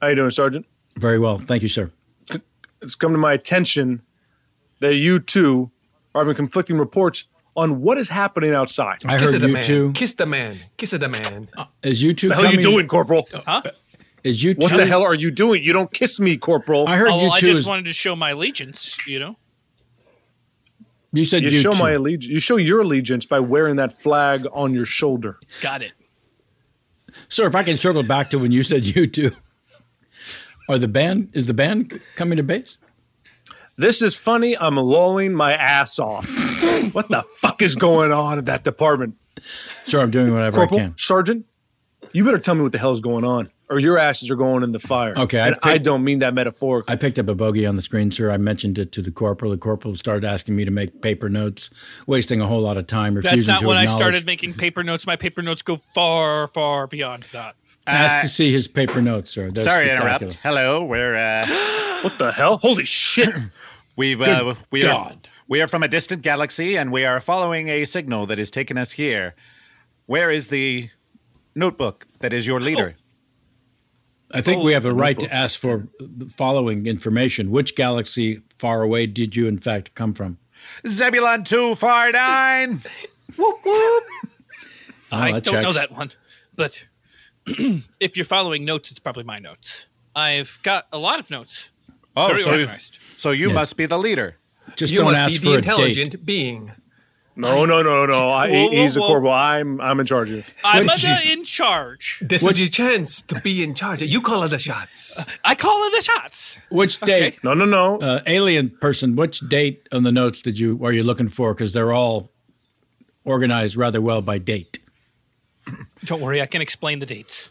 How you doing, Sergeant?
Very well, thank you, sir.
It's come to my attention that you two are having conflicting reports on what is happening outside.
I heard you Uh, two.
Kiss the man. Kiss the man.
Is you two?
What the hell are you
coming-
doing, Corporal?
Huh?
Is you two?
What the hell are you doing? You don't kiss me, Corporal.
I heard
oh, well,
you
I
two.
just
is-
wanted to show my allegiance. You know.
you said
you,
you,
show
two.
my allegiance. You show your allegiance by wearing that flag on your shoulder.
Got it.
Sir, if I can circle back to when you said you two are the band is the band c- coming to base?
This is funny. um, I'm lolling my ass off. what the fuck is going on in that department?
Sir, I'm doing whatever
Corporal,
I can.
Sergeant, you better tell me what the hell's going on, or your asses are going in the fire.
Okay, I
and I,
picked-
don't mean that metaphorically.
I picked up a bogey on the screen, sir. I mentioned it to the corporal. The corporal started asking me to make paper notes, wasting a whole lot of time, refusing
That's not
to
when I
acknowledge.
started making paper notes. My paper notes go far, far beyond that. Uh,
Asked to see his paper notes, sir. They're
Sorry to
spectacular.
interrupt. Hello, we're uh,
what the hell? Holy shit!
We've uh,
Good
we are
God.
we are from a distant galaxy, and we are following a signal that has taken us here. Where is the notebook that is your leader?
I think we have the
the
right to
notebook.
ask for the following information. Which galaxy far away did you, in fact, come from?
Zebulon 249.
whoop, whoop.
Ah,
I
that
don't know
checks.
that one, but if you're following notes, it's probably my notes. I've got a lot of notes.
Oh,
Very
so you,
organized.
so you
Yeah.
must be the leader.
Just
you must be the intelligent being.
No, no, no, no. I,
Whoa, whoa,
he's a
whoa.
corporal. I'm I'm in charge here.
I'm the in charge.
This
What's-
is your chance to be in charge. You call the shots.
I call it the shots.
Which date?
No, no, no.
Uh, alien person. Which date on the notes did you are you looking for? Because they're all organized rather well by date.
Don't worry, I can explain the dates.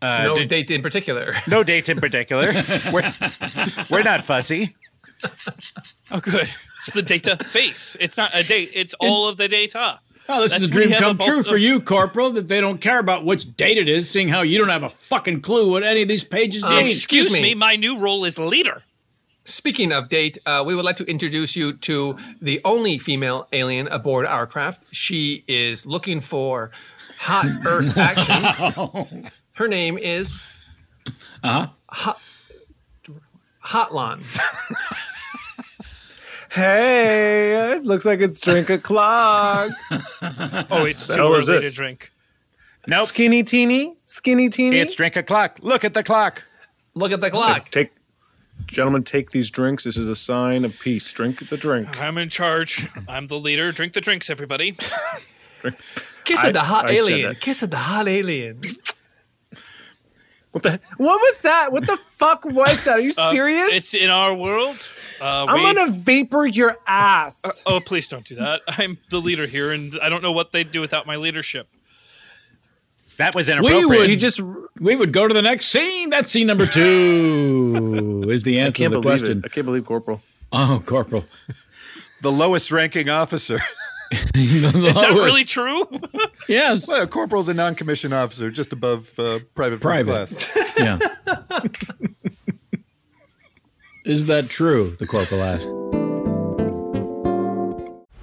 Uh,
no
did-
date in particular.
No date in particular. we're, we're not fussy.
Oh, good. It's the data base. It's not a date. It's all of the data.
Oh, this is a
That's- we
dream
have
come
bulk
true
of-
for you, Corporal, that they don't care about which date it is, seeing how you don't have a fucking clue what any of these pages
Um,
mean.
excuse me,
my new role is leader.
Speaking of date, uh, we would like to introduce you to the only female alien aboard our craft. She is looking for hot Earth action. Her name is
Uh-huh.
Hot Hotlon.
Hey, it looks like it's drink o'clock.
Oh, it's
The
too
hell is
early
this?
to drink.
No, Skinny teeny, skinny teeny.
It's
drink o'clock. Look at the clock.
Look at the
Take, gentlemen, take these drinks. This is a sign of peace. Drink the drink.
I'm in charge. I'm the leader. Drink the drinks, everybody.
Kiss
I-
of the hot
I said
alien.
that.
Kiss of the hot alien.
What the?
What was that? What the fuck was that? Are you
Uh,
serious?
It's in our world. Uh,
I'm
we-
gonna vapor your ass.
Uh, oh, please don't do that. I'm the leader here, and I don't know what they'd do without my leadership.
That was
We would
You
just we would go to the next scene. That's scene number two. is the answer
can't
to the
believe it.
question?
I can't believe Corporal.
Oh, Corporal.
The lowest ranking officer.
Is that really true?
yes.
Well, corporal's a non commissioned officer, just above uh, private,
Private.
first class.
yeah. Is that true? The corporal asked.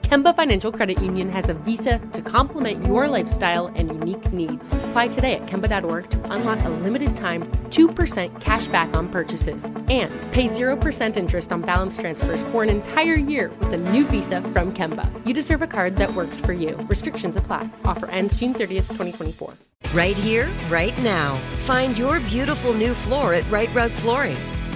Kemba Financial Credit Union has a visa to complement your lifestyle and unique needs. Apply today at Kemba.org to unlock a limited time 2% cash back on purchases and pay 0% interest on balance transfers for an entire year with a new visa from Kemba. You deserve a card that works for you. Restrictions apply. Offer ends June 30th, 2024.
Right here, right now. Find your beautiful new floor at Right Rug Flooring.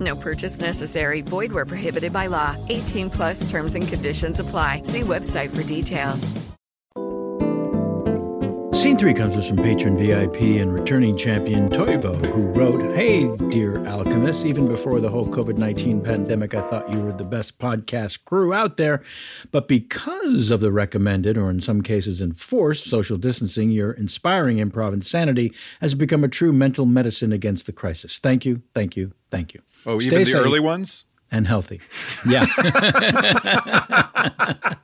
No purchase necessary. Void where prohibited by law. 18 plus terms and conditions apply. See website for details.
Scene three comes with some patron VIP and returning champion Toivo, who wrote, Hey, dear alchemists, even before the whole COVID 19 pandemic, I thought you were the best podcast crew out there. But because of the recommended, or in some cases enforced, social distancing, your inspiring improv insanity has become a true mental medicine against the crisis. Thank you, thank you, thank you.
Oh,
Stay
even the
safe
early ones?
And healthy. Yeah.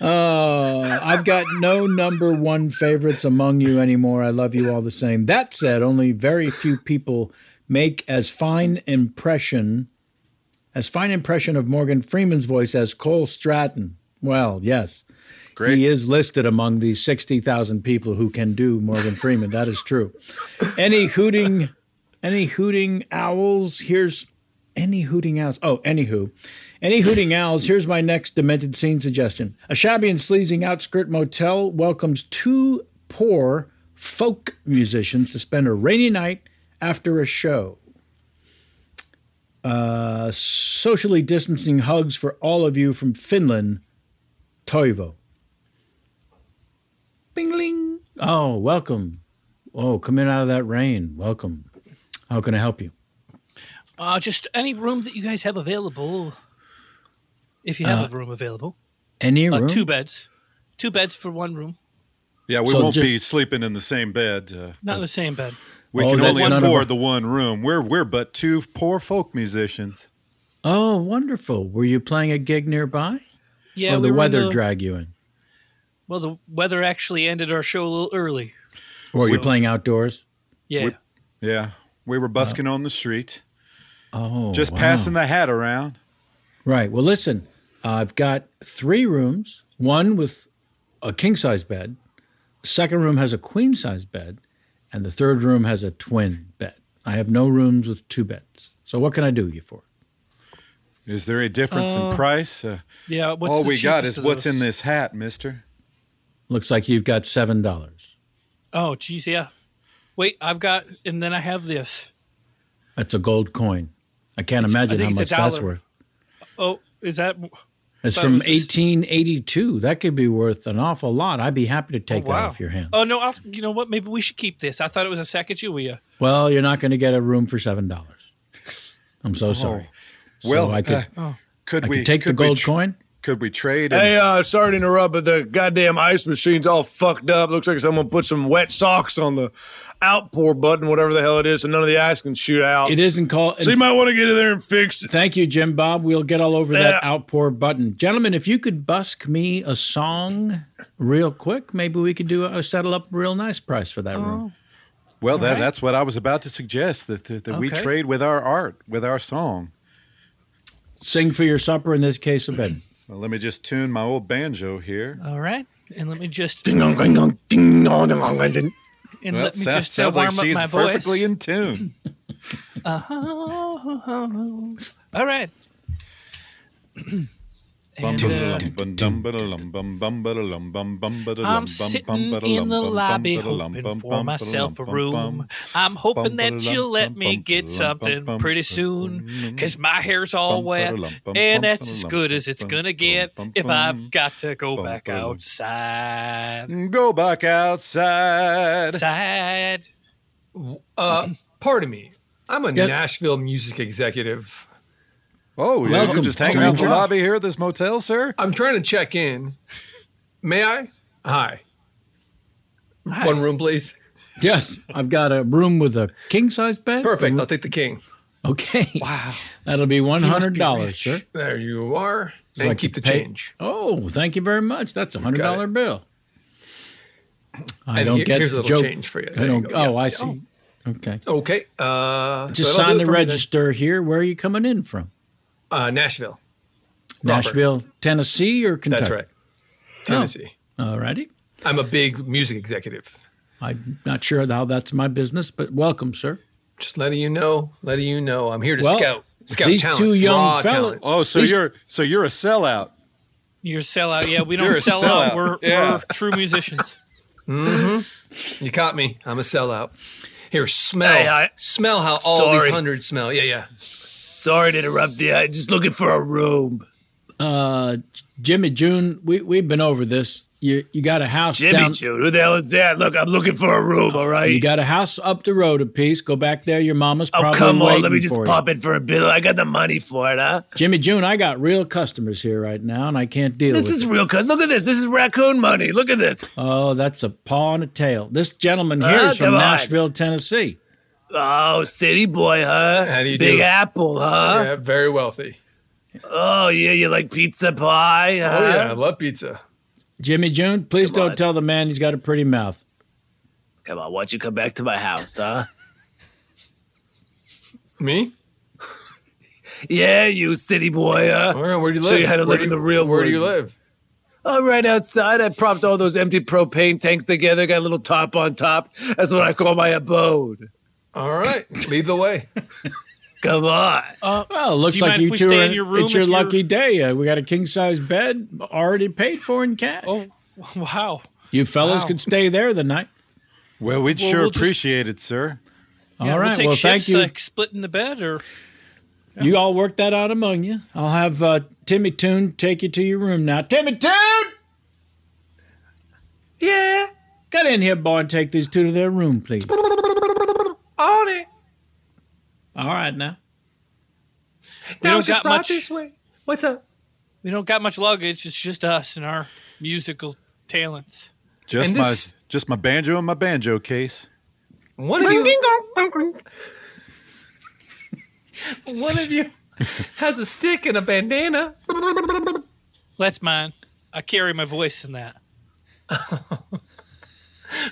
Oh, I've got no number one favorites among you anymore. I love you all the same. That said, only very few people make as fine impression as fine impression of Morgan Freeman's voice as Cole Stratton. Well, yes. He is listed among the 60,000 people who can do Morgan Freeman. That is true. Any hooting any hooting owls? Here's any hooting owls. Oh, anywho. Any hooting owls, here's my next demented scene suggestion. A shabby and sleazing outskirt motel welcomes two poor folk musicians to spend a rainy night after a show. Uh, socially distancing hugs for all of you from Finland, Toivo. Bing ling. Oh, welcome. Oh, come in out of that rain. Welcome. How can I help you?
Uh, just any room that you guys have available, if you have
Uh,
a room available.
Any
Uh,
room?
two beds, two beds for one room,
Yeah, we
So
won't
just-
be sleeping in the same bed. Uh,
not the same bed.
we
Oh,
can
that's
only
none of our-
afford the one room. We're we're but two poor folk musicians.
Oh, wonderful. Were you playing a gig nearby?
Yeah,
Or
we
the
were in
weather
the-
drag you in?
Well, the weather actually ended our show a little early.
Or you
So-
playing outdoors?
Yeah.
We- yeah. We were busking on the street,
Uh, Oh,
just
wow.
passing the hat around.
Right. Well, listen, I've got three rooms. One with a king size bed. Second room has a queen size bed, and the third room has a twin bed. I have no rooms with two beds. So what can I do you for?
Is there a difference
Uh,
in price? Uh,
Yeah, what's
all
the
we got
cheapest
is
of
what's
those?
in this hat, mister.
Looks like you've got seven dollars.
Oh, geez, yeah. Wait, I've got, and then I have this.
That's a gold coin. I can't
It's- I
imagine
think
how
it's a
much that's
dollar.
worth.
Oh, is that?
It's
thought it
from
was just-
1882. That could be worth an awful lot. I'd be happy to take that
wow.
off your hand.
Oh no, I'll, you know what? Maybe we should keep this. I thought it was a Sacagawea.
Well, you're not going to get a room for seven dollars. I'm so
Oh.
sorry.
Well,
so I could,
uh,
oh.
could
I
we
could take the
could we
gold
tr-
coin.
Could we trade?
Hey,
and-
uh, sorry to interrupt, but the goddamn ice machine's all fucked up. Looks like someone put some wet socks on the outpour button, whatever the hell it is, and none of the ice can shoot out.
It isn't called.
So you might want to get in there and fix it.
Thank you, Jim Bob. We'll get all over that
Yeah.
outpour button, gentlemen. If you could busk me a song real quick, maybe we could do a settle up real nice price for that room.
well,
all
that,
right.
that's what I was about to suggest that that, that we
Okay.
trade with our art, with our song.
Sing for your supper. In this case, a bed.
Well, let me just tune my old banjo here.
All right, and let me just
Ding dong, ding dong, ding dong, ding dong, ding dong.
And
Well,
let me
sounds-
just uh,
sounds like
warm up
she's
my voice.
perfectly in tune.
Uh-huh. All right.
Bum,
And, uh,
ba-da-lum, bum, dum, ba-da-lum, bum, bum, ba-da-lum, bum, bum, ba-da-lum, bum,
I'm
bum,
sitting
ba-da-lum,
in the
bum, bum,
lobby
ba-da-lum,
hoping
bum,
for
bum,
myself a
ba-da-lum, bum, bum.
room. I'm hoping that you'll let me get something pretty soon, cause my hair's all wet, and that's as good as it's gonna get if I've got to go back outside.
Go back outside.
Side.
Uh, pardon me. I'm a
Yeah.
Nashville music executive.
Oh, yeah, you're just hanging out in the lobby here at this motel, sir?
I'm trying to check in. May I? Hi. One room, please.
Yes, I've got a room with a king size bed.
Perfect. I'll take the king.
Okay. Wow. That'll be one hundred dollars, sir.
There you are.
So I can
and keep the
pay-
change.
Oh, thank you very much. That's a hundred dollar bill. I
And
don't
here-
get
here's a
the
little
joke.
change for you.
I
There you
don't.
go.
oh,
Yeah.
I see. Okay.
Okay. Uh,
Just
so that'll
sign
do it
the
for me then.
register here. Where are you coming in from?
Uh, Nashville.
Oh.
Robert.
Nashville, Tennessee, or Kentucky?
That's right. Tennessee.
All righty.
I'm a big music executive.
I'm not sure how that's my business, but welcome, sir.
Just letting you know, letting you know, I'm here to
Well,
scout. Scout
these
talent,
two young
raw
fella-
talent.
Oh, so
These-
you're so you're a sellout.
You're a sellout. Oh, Yeah, we
You're
don't
a
sell out.
sellout.
We're,
Yeah.
we're true musicians.
Mm-hmm. You caught me. I'm a sellout. Here, smell.
Hey, I-
smell how all
Sorry.
these hundreds smell. Yeah, yeah.
Sorry to interrupt you. I'm just looking for a room.
Uh, Jimmy June, we we've been over this. You you got a house
Jimmy
down.
June, who the hell is that? Look, I'm looking for a room, all right?
You got a house up the road a piece. Go back there. Your mama's
oh,
probably
come on.
waiting
Let me just
for
pop
you.
in for a bill. I got the money for it, huh?
Jimmy June, I got real customers here right now, and I can't deal
This
with
is
it.
real cut. Look at this. This is raccoon money. Look at this.
Oh, that's a paw and a tail. This gentleman here is
Ah,
from
come on.
Nashville, Tennessee.
Oh, city boy, huh?
How do you
Big
do?
apple, huh?
Yeah, very wealthy.
Oh, yeah. You like pizza pie, huh?
Oh yeah, I love pizza.
Jimmy June, please don't tell the man he's got a pretty mouth.
Come on. Why don't you come back to my house, huh?
Me?
Yeah, you city boy, huh?
All right, where do you
So
live?
you had to
Where
live
do
in
you-
the real
where
world.
do you live?
Oh, right outside. I propped all those empty propane tanks together, got a little top on top. That's what I call my abode.
All right, lead the way.
Come on.
well, it looks
Uh, do you
like
mind if
you
we
two
stay
are.
in your room
it's your
if you're-
lucky day. Uh, we got a king size bed already paid for in cash. Oh,
Wow.
you fellas
Wow.
could stay there the night.
Well, we'd
Well,
sure
we'll just-
appreciate it, sir.
All
yeah,
right,
We'll, take
well, thank
shifts,
you.
Like splitting the bed, or
You all work that out among you. I'll have uh, Timmy Toon take you to your room now. Timmy Toon! Yeah? Get in here, boy, and take these two to their room, please.
On it.
All right, now.
we
Now
don't
just
got
right
much.
this way. What's up?
We don't got much luggage. It's just us and our musical talents.
Just
And
my
this-
just my banjo and my banjo case.
One of you.
One of you has a stick and a bandana.
That's mine. I carry my voice in that.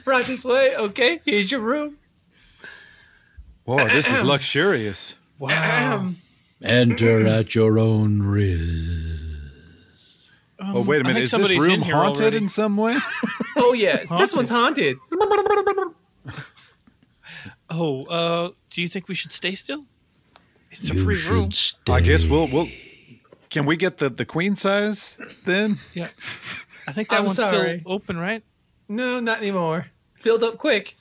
Right this way. Okay, here's your room.
Whoa, this is luxurious.
Wow.
Enter at your own risk.
oh wait a
I
minute,
think
is this
somebody's in
room
here
haunted
already.
in some way?
Oh yes, this
Haunted.
one's haunted.
Oh, uh, do you think we should stay still? It's a free room.
I guess we'll we'll. Can we get the the queen size then?
Yeah, I think that
I'm
one's
sorry.
still open, right?
No, not anymore. Filled up quick.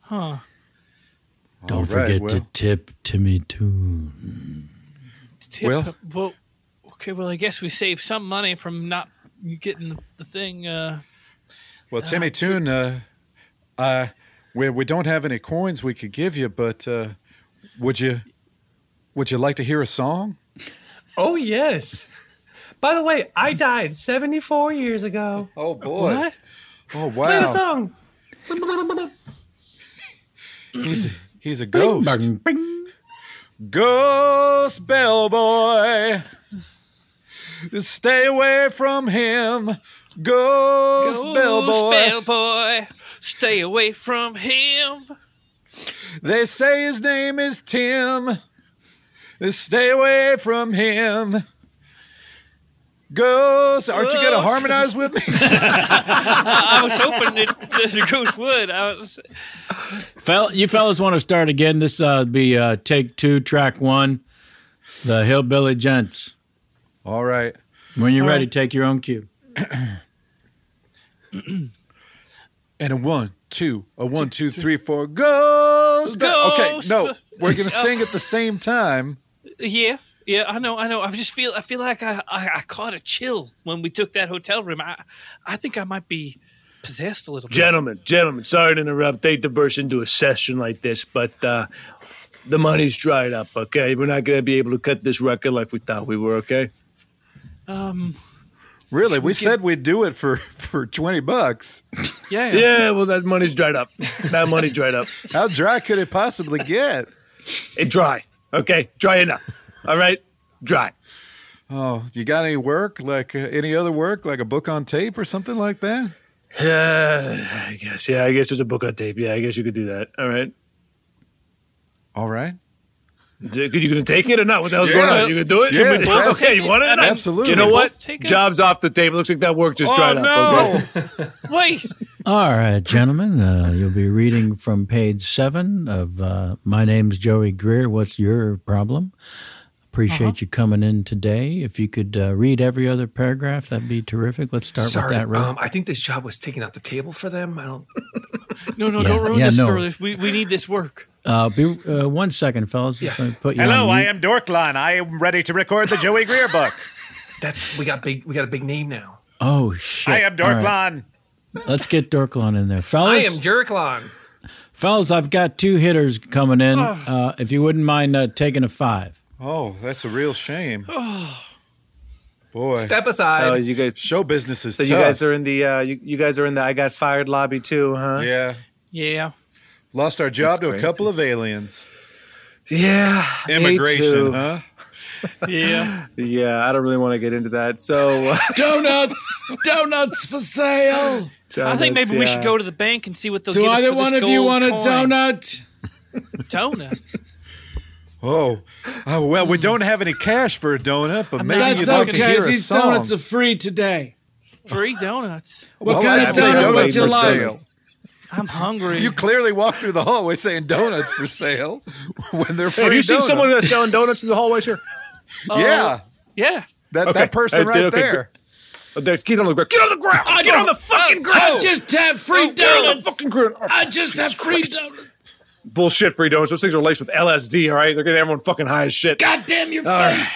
Huh.
Don't
All right,
forget to
well.
tip Timmy Toon.
Tip-
Well-
well, okay. Well, I guess we save some money from not getting the thing. Uh,
Well, Timmy Toon, uh, uh, we we don't have any coins we could give you, but uh, would you would you like to hear a song?
Oh yes. By the way, I died 74 years ago.
Oh boy.
What?
Oh wow!
Play the song.
He's a, he's a ghost. Ghost bellboy. Stay away from him.
uh,
Ghost, bellboy.
Spellboy, Oh, stay away from him.
They say his name is Tim. Stay away from him. Ghost, aren't you gonna
Ghost.
harmonize with me?
I was hoping that, that the ghost would. I was,
Fel- you fellas want to start again? This uh, would be uh, take two, track one, the Hillbilly Gents.
All right.
When you're
All
ready,
right.
take your own cue.
and a one, two, a one, two, three, four. Ghost. bell-
Ghost.
Okay, no, we're gonna sing at the same time.
yeah, yeah. I know, I know. I just feel, I feel like I, I, I caught a chill when we took that hotel room. I, I think I might be possessed a little bit.
Gentlemen, gentlemen, sorry to interrupt. Hate to burst into a session like this, but uh, the money's dried up, okay? We're not going to be able to cut this record like we thought we were, okay?
Um,
Really,
Should
we,
we
said we'd do it for for twenty bucks.
Yeah.
Yeah, well, that money's dried up. That money dried up.
How dry could it possibly get?
It dry. Okay, dry enough. All right, dry.
Oh, you got any work like uh, any other work like a book on tape or something like that?
Yeah, I guess. Yeah, I guess there's a book on tape. Yeah, I guess you could do that. All right.
All right.
You gonna take it or not? What the hell's going on? You gonna do it?
Yes.
You gonna do it?
Yes.
Okay, you want it? or not?
Absolutely.
You know
We'll
what?
take it.
Job's off the table. Looks like that work just
Oh,
dried up.
no.
Okay.
Wait.
All right, gentlemen, uh, you'll be reading from page seven of uh, My Name's Joey Greer. What's your problem? Appreciate you coming in today. If you could uh, read every other paragraph, that'd be terrific. Let's start
Sorry,
with that, right?
um, I think this job was taken off the table for them. I don't.
No, no,
Yeah,
don't ruin
yeah,
this
no.
for us. We, we need this work.
Uh, be, uh, one second, fellas. Just gonna put you
Hello,
on
I
mute.
am Dorkline. I am ready to record the Joey Greer book.
That's we got big. We got a big name now.
Oh shit!
I am
All right.
Dorklon.
Let's get Dorklon in there, fellas.
I am Jerklon.
fellas, I've got two hitters coming in. Uh, if you wouldn't mind uh, taking a five.
Oh, that's a real shame. Boy,
Step aside.
Oh, you guys, show business is
So you guys are in the uh, you, you guys are in the I got fired lobby too, huh?
yeah,
Yeah.
lost our job
That's
to a
crazy.
couple of aliens.
Yeah. me
Immigration,
too.
huh?
Yeah.
Yeah, I don't really want to get into that. So
donuts, donuts for sale.
I think maybe we should go to the bank and see what they'll
Do
give us
either
for this
one of you
gold
want a
coin.
donut?
Donut.
Oh, oh well, we don't have any cash for a donut, but maybe
That's
you'd like to
okay.
hear a
These
song.
donuts are free today.
Free donuts.
What kind of
I'd say
donut would
donuts
you
for
like?
sale.
I'm hungry.
You clearly walk through the hallway saying donuts for sale when they're free.
Have you seen
donuts.
someone that's selling donuts in the hallway, sir?
uh,
yeah,
Oh.
yeah.
that
Okay.
that person
Uh,
Okay,
right
okay,
there.
They're, get on the ground. Get on the ground.
I
get on the
don't-
fucking ground.
I just
have free
Get on the
donuts.
fucking ground.
I just have free donuts.
Bullshit free donuts. Those things are laced with LSD, all right? They're getting everyone fucking high as shit.
God damn your
All right.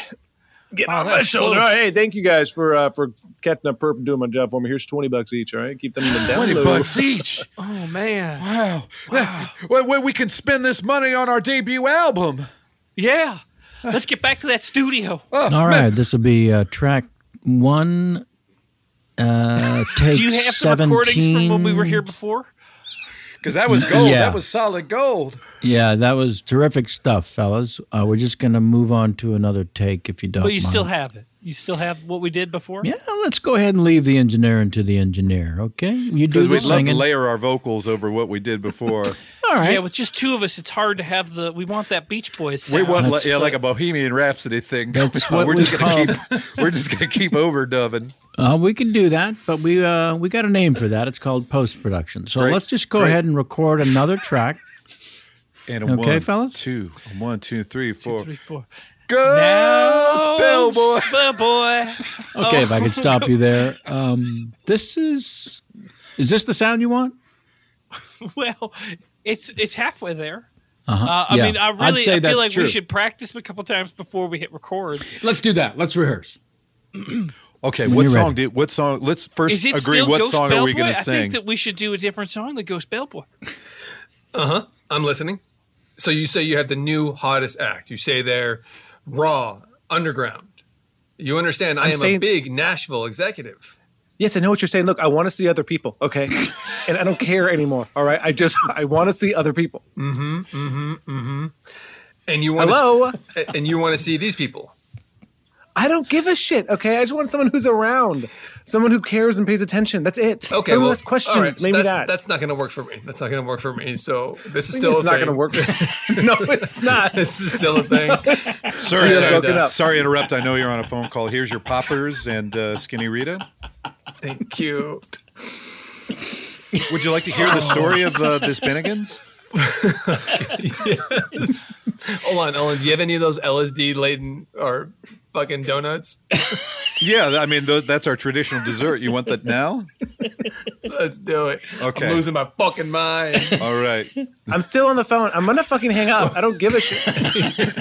Get on my shoulder. All right, hey, thank you guys for uh, for catching up perp and doing my job for me. Here's twenty bucks each. All right, keep them in the down
Twenty
low.
bucks each.
Oh man.
Wow. Well, well, we can spend this money on our debut album.
Yeah. Let's get back to that studio.
All right, this will be uh, track one. Uh, take
Do you have
17.
the recordings from when we were here before?
Because that was gold.
Yeah.
That was solid gold.
Yeah, that was terrific stuff, fellas. Uh, we're just gonna move on to another take if you don't.
but you
mind.
still have it. You still have what we did before?
Yeah, let's go ahead and leave the engineer into the engineer. Okay, you do
Because
the
we'd love to
singing.
layer our vocals over what we did before.
All right.
Yeah, with just two of us, it's hard to have the. We want that Beach Boys.
we
Sound.
want li- yeah, like a Bohemian Rhapsody thing. going
That's
on.
what
we're
we
just gonna keep. We're just gonna keep overdubbing.
Uh, we can do that, but we uh, we got a name for that. It's called post production. So
Great,
let's just go
great.
ahead and record another track.
And
Okay,
a one,
fellas?
Two. A one, two, three, four.
three, four.
Go,
Now,
Spellboy.
Oh, Spellboy.
Okay, if I
can
could stop you there. Um, this is is this the sound you want?
well, it's it's halfway there.
Uh-huh.
Uh, I
Yeah,
mean, I
I'd
really
say
I
that's
feel like
true.
we should practice a couple times before we hit record.
Let's do that. Let's rehearse.
Okay,
When
what
you're
song
ready.
did? What song? Let's first
Is it
agree.
still
What
Ghost
song are we
Bellboy?
going to
I
sing?
think that we should do a different song than Ghost Bellboy.
Uh huh. I'm listening. So you say you have the new hottest act. You say they're raw, underground. You understand? I
I'm
am a
saying-
big Nashville executive.
Yes, I know what you're saying. Look, I want to see other people. Okay, and I don't care anymore. All right, I just I want to see other people.
Mm-hmm. Mm-hmm. Mm-hmm. And you want
Hello?
and you want to see these people.
I don't give a shit. Okay, I just want someone who's around, someone who cares and pays attention. That's it. someone
Okay. well,
who has questions.
all right, so
Maybe
that's,
that.
That's not going to work for me. That's not going to work for me. So this is
Maybe
still
it's
a
not
thing.
gonna work. no, it's not.
this is still a thing.
sorry,
We have
sorry, uh,
broken up.
sorry, to interrupt. I know you're on a phone call. Here's your poppers and uh, Skinny Rita.
Thank you.
Would you like to hear the story of uh, the Spinnigans?
yes. Hold on, Ellen. Do you have any of those LSD laden or fucking donuts?
Yeah, I mean th- that's our traditional dessert. You want that now?
Let's do it.
Okay.
I'm losing my fucking mind.
All right.
I'm still on the phone. I'm gonna fucking hang up. I don't give a shit.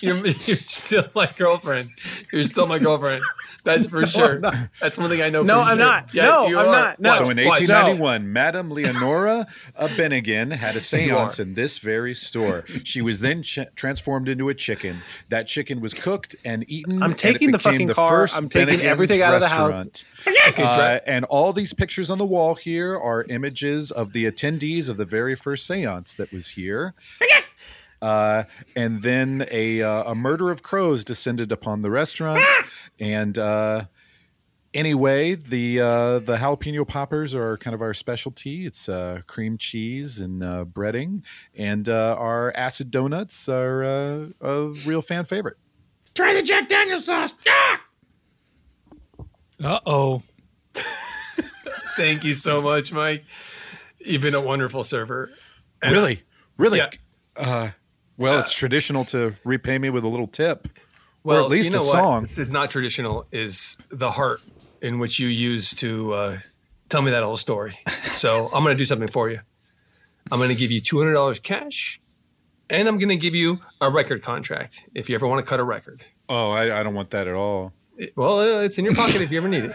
You're, you're still my girlfriend. You're still my girlfriend. That's for
No,
sure.
I'm not.
That's one thing I know.
No,
for
I'm
sure.
not.
Yes,
No,
you
I'm
are.
not. No.
Watch,
So in
watch.
1891, Madame Leonora uh, Bennigan had a seance in this very store. She was then ch- transformed into a chicken. That chicken was cooked and eaten.
I'm
and it
taking the
became
fucking car.
first
I'm taking
Bennigan's
everything out of the house.
restaurant.
Okay, Dra-
Uh, and all these pictures on the wall here are images of the attendees of the very first seance that was here. Uh, and then a, uh, a murder of crows descended upon the restaurant. And uh, anyway, the uh, the jalapeno poppers are kind of our specialty. It's uh, cream cheese and uh, breading, and uh, our acid donuts are uh, a real fan favorite.
Try the Jack Daniel's sauce.
Uh oh.
Thank you so much, Mike. You've been a wonderful server.
Really? Really?
Yeah.
Uh, well, it's traditional to repay me with a little tip,
Well,
or at least
you know
a
what?
song.
This is not traditional. Is the heart in which you use to uh, tell me that whole story. So I'm going to do something for you. I'm going to give you $200 cash, and I'm going to give you a record contract if you ever want to cut a record.
Oh, I, I don't want that at all.
It- well, uh, it's in your pocket if you ever need it.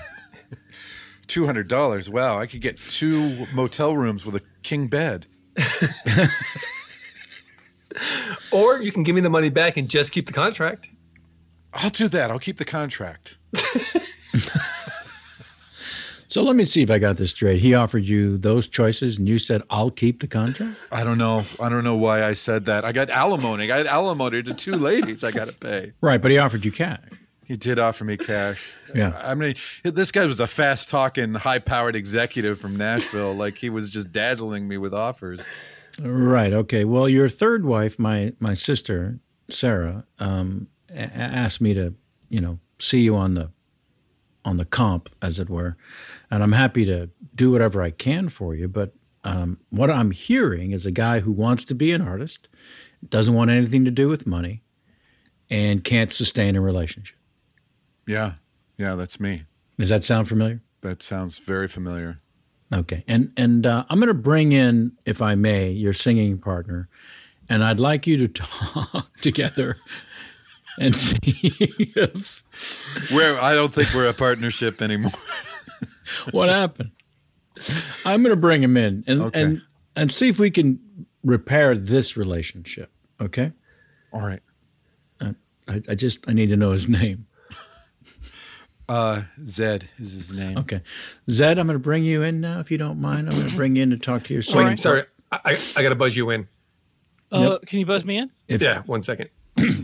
Two hundred dollars. Wow, I could get two motel rooms with a king bed.
Or you can give me the money back and just keep the contract.
I'll do that. I'll keep the contract.
So let me see if I got this straight. He offered you those choices, and you said, "I'll keep the contract."
I don't know. I don't know why I said that. I got alimony. I got alimony to two ladies. I got to pay.
Right, but he offered you cash.
He did offer me cash.
Yeah.
I mean, this guy was a fast talking, high powered executive from Nashville. like he was just dazzling me with offers.
Right. Okay. Well, your third wife, my my sister Sarah, um, a- a- asked me to, you know, see you on the on the comp, as it were, and I'm happy to do whatever I can for you. But um, what I'm hearing is a guy who wants to be an artist, doesn't want anything to do with money, and can't sustain a relationship.
Yeah. Yeah, that's me.
Does that sound familiar?
That sounds very familiar.
Okay, and and uh, I'm going to bring in, if I may, your singing partner, and I'd like you to talk together and see if
We're, I don't think we're a partnership anymore.
what happened. I'm going to bring him in and
Okay.
and and see if we can repair this relationship. Okay.
All right.
Uh, I, I just I need to know his name.
Uh, Zed is his name.
Okay, Zed, I'm going to bring you in now, if you don't mind. I'm going to bring you in to talk to your singing.
Wait, sorry. I, I, I got to buzz you in.
Uh, Can you buzz me in?
If-
yeah, one second.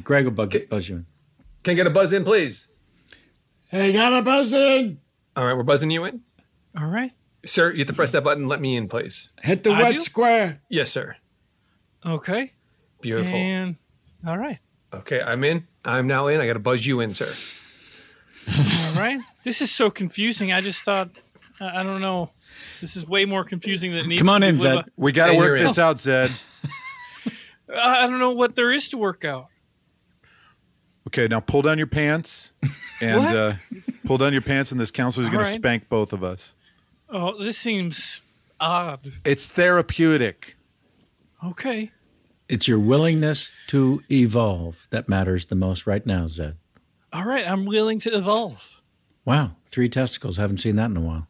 Greg will bug, buzz you in.
Can I get a buzz in, please?
Hey, got a buzz in.
All right, we're buzzing you in.
All right.
Sir, you have to press that button. Let me in, please.
Hit
the I red do?
square.
Yes, sir.
Okay.
Beautiful.
And all right.
Okay, I'm in. I'm now in. I got to buzz you in, sir.
All right. This is so confusing. I just thought, I I don't know. This is way more confusing than it needs to be. What
We got to
And
work
you're in.
this out, Zed.
about- I I don't know what there is to work out.
Okay, now pull down your pants and
What?
uh, pull down your pants, and this counselor is
All
going
right.
to spank both of us.
Oh, this seems odd.
It's therapeutic.
Okay.
It's your willingness to evolve that matters the most right now, Zed.
All right. I'm willing to evolve.
Wow, three testicles. Haven't seen that in a while.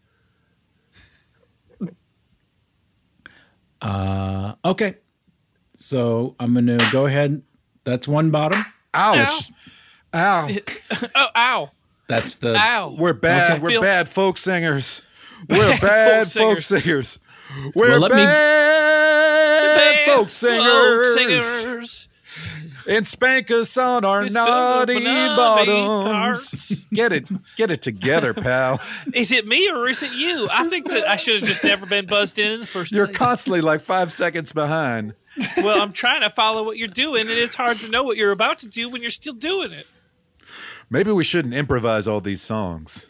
Uh, okay, so I'm going to go ahead. That's one bottom.
Ouch. Ow.
oh, ow.
That's the.
Ow.
We're bad.
Okay.
We're
Feel-
bad folk singers. We're
Bad
bad
folk
folk singers. We're
Well, let me-
bad, folk
folk
singers.
singers.
And spank us on our
It's on the
naughty
naughty
bottoms. Get it, get it together, pal.
Is it me or is it you? I think that I should have just never been buzzed in in the first
You're
place.
constantly like five seconds behind.
well, I'm trying to follow what you're doing, and it's hard to know what you're about to do when you're still doing it.
Maybe we shouldn't improvise all these songs.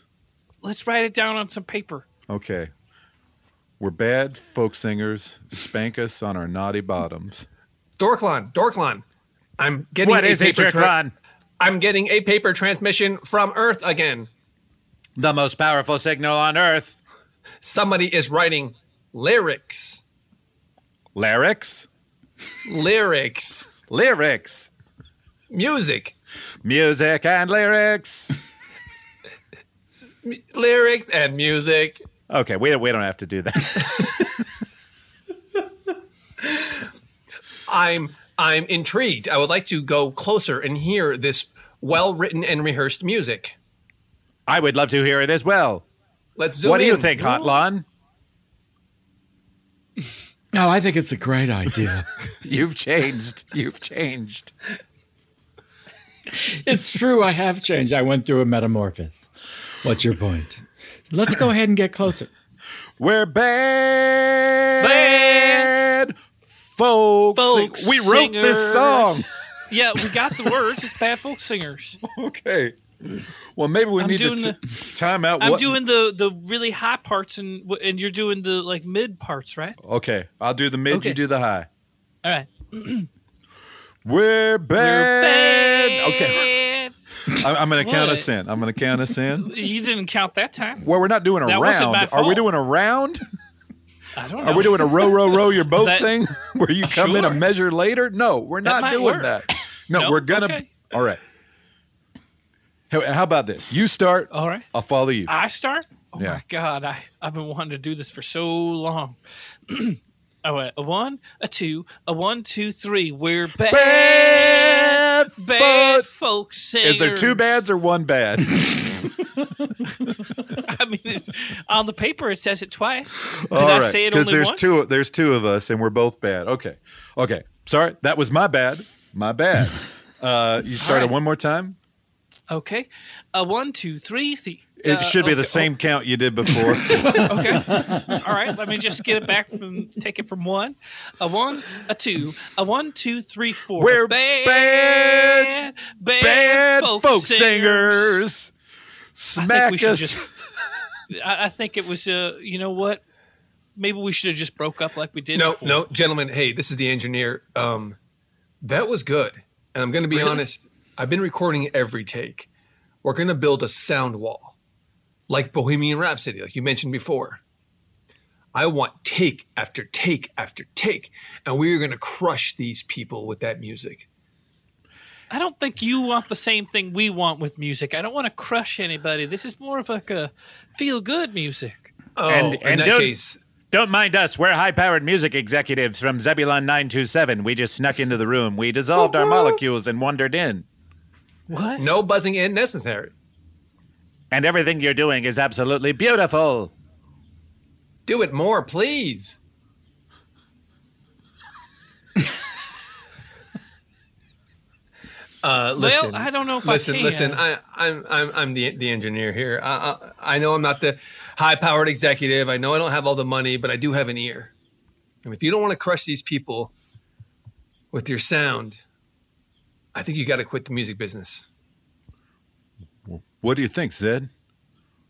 Let's write it down on some paper.
Okay. We're bad folk singers. Spank us on our naughty bottoms.
Dorklon, Dorklon. I'm getting
What
a
is it,
paper
Dorklon?
I'm getting a paper transmission from Earth again.
The most powerful signal on Earth.
Somebody is writing lyrics.
Lyrics?
lyrics.
Lyrics.
Music.
Music and lyrics.
lyrics and music.
Okay, we, we don't have to do that.
I'm I'm intrigued. I would like to go closer and hear this well-written and rehearsed music.
I would love to hear it as well.
Let's zoom
What do you
in.
think, Hot Lon?
No, Oh, I think it's a great idea.
You've changed. You've changed.
it's true. I have changed. I went through a metamorphosis. What's your point? Let's go ahead and get closer.
We're bad, bad folks.
Folks,
we wrote this song.
singers. Yeah, we got the words. It's bad folk singers.
Okay. Well, maybe we
I'm
need to
doing
t-
the-
time out.
I'm
Uh, what-
doing the the really high parts and and you're doing the like mid parts, right?
Okay, I'll do the mid.
Okay.
You do the high.
All right.
We're bad. Okay.
Bad.
I'm, I'm gonna count
What?
us in. I'm gonna count us in.
You didn't count that time.
Well, we're not doing a
That wasn't
round.
my
Are we
fault.
doing a round?
I don't know.
Are we doing a row, row, row your boat
That-
thing where you come in a
Sure.
measure later? No, we're
That
not
might
doing
work.
that. No,
No?
we're gonna.
Okay.
All right. How, how about this? You start. All
right.
I'll follow you.
I start? Oh
Yeah.
my god, I, I've been wanting to do this for so long. oh, wait, a one, a two, a one, two, three. We're bad, bad, folks singers.
Is there two bads or one bad?
I mean, it's, on the paper it says it twice. Did
All
I
right,
say it
'cause
only
there's
once?
two. There's two of us, and we're both bad. Okay, okay. Sorry, that was my bad. My bad. uh, you started one more time.
Okay, a one, two, three. Th-
It
uh,
should be the
okay.
same count you did before.
All right, let me just get it back from take it from one, a one, a two, a one, two, three, four.
We're
bad, bad,
bad folk singers.
I think
Smack
we should
us.
just. I, I think it was. Uh, you know what? Maybe we should have just broke up like we did.
No,
before.
no, gentlemen. Hey, this is the engineer. Um, that was good. And I'm going to be
Really?
honest. I've been recording every take. We're going to build a sound wall, like Bohemian Rhapsody, like you mentioned before. I want take after take after take, and we are going to crush these people with that music.
I don't think you want the same thing we want with music. I don't want to crush anybody. This is more of like a feel good music.
Oh,
Oh,
don't, don't mind us. We're high-powered music executives from Zebulon 927. We just snuck into the room. We dissolved our molecules and wandered in.
What?
No buzzing in necessary.
And everything you're doing is absolutely beautiful.
Do it more, please. uh,
Well,
listen,
I don't know if I
listen,
can.
listen. I, I'm I'm I'm the the engineer here. I, I I know I'm not the high powered executive. I know I don't have all the money, but I do have an ear. And if you don't want to crush these people with your sound, I think you got to quit the music business.
What do you think, Zed?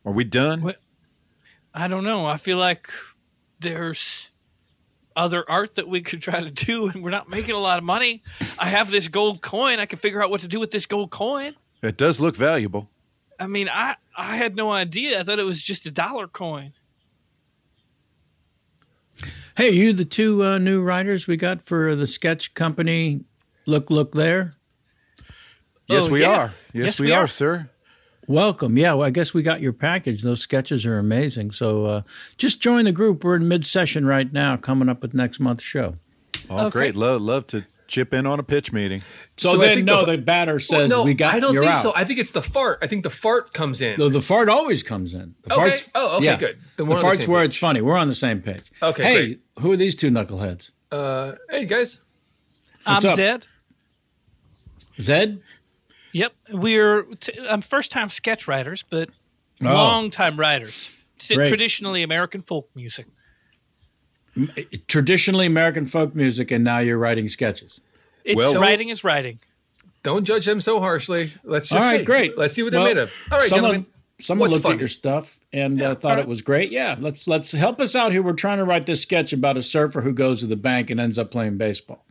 Are we done?
I don't know. I feel like there's other art that we could try to do, and we're not making a lot of money. I have this gold coin. I can figure out what to do with this gold coin.
It does look valuable.
I mean, I I had no idea. I thought it was just a dollar coin.
Hey, you the two uh, new writers we got for the sketch company? Look, look there.
Yes,
Oh,
we
yeah.
are. Yes, we, are, sir.
Welcome. Yeah, well, I guess we got your package. Those sketches are amazing. So uh, just join the group. We're in mid session right now, coming up with next month's show.
Oh, great. Love, love to chip in on a pitch meeting.
So, then, no, the, batter says
Well, no,
we got.
I don't
you're
think
out.
so. I think it's the fart. I think the fart comes in.
the, the fart always comes in. The
Okay.
fart's-
Oh, okay, good.
The
Then we're on the
fart's
same
where it's funny. We're on the same page.
Okay,
Hey,
great.
who are these two knuckleheads?
Uh, hey guys,
What's
I'm
up?
Zed.
Zed.
Yep, we're t- I'm first time sketch writers, but
Oh.
long time writers. It's
Great.
traditionally American folk music.
M- Traditionally American folk music, and now you're writing sketches.
It's
Well-
writing is writing.
Don't judge them so harshly. Let's
All
just
right,
see.
great.
Let's see what they're
Well,
made of. All right,
someone,
gentlemen.
Someone
what's
looked
fun?
at your stuff and uh, thought it was great. Yeah, let's let's help us out here. We're trying to write this sketch about a surfer who goes to the bank and ends up playing baseball.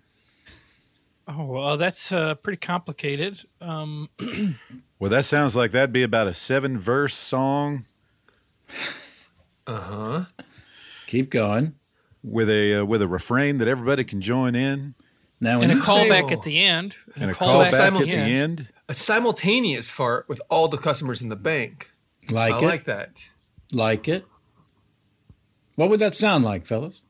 Oh well, that's uh, pretty complicated. Um,
Well, that sounds like that'd be about a seven verse song.
Uh
Uh-huh.
huh.
Keep going
with a uh, with a refrain that everybody can join in.
Now,
and a callback at the end.
and a callback at the end.
A simultaneous fart with all the customers in the bank.
Like
I
it?
like that.
Like it? What would that sound like, fellas?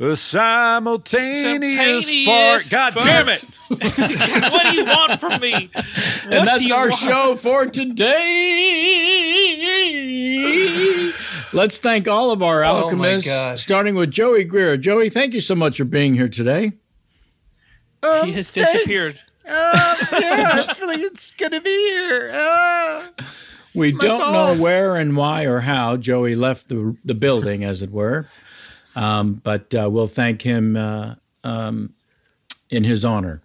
A simultaneous, fart. God damn it!
what do you want from me?
and that's
do you
our
want?
show for today. Let's thank all of our
Oh my
alchemists,
God.
starting with Joey Greer. Joey, thank you so much for being here today. Um,
he has disappeared.
Oh, yeah, it's really it's gonna be here. Uh,
We
My
don't
balls.
know where and why or how Joey left the the building, as it were, um, but uh, we'll thank him uh, um, in his honor.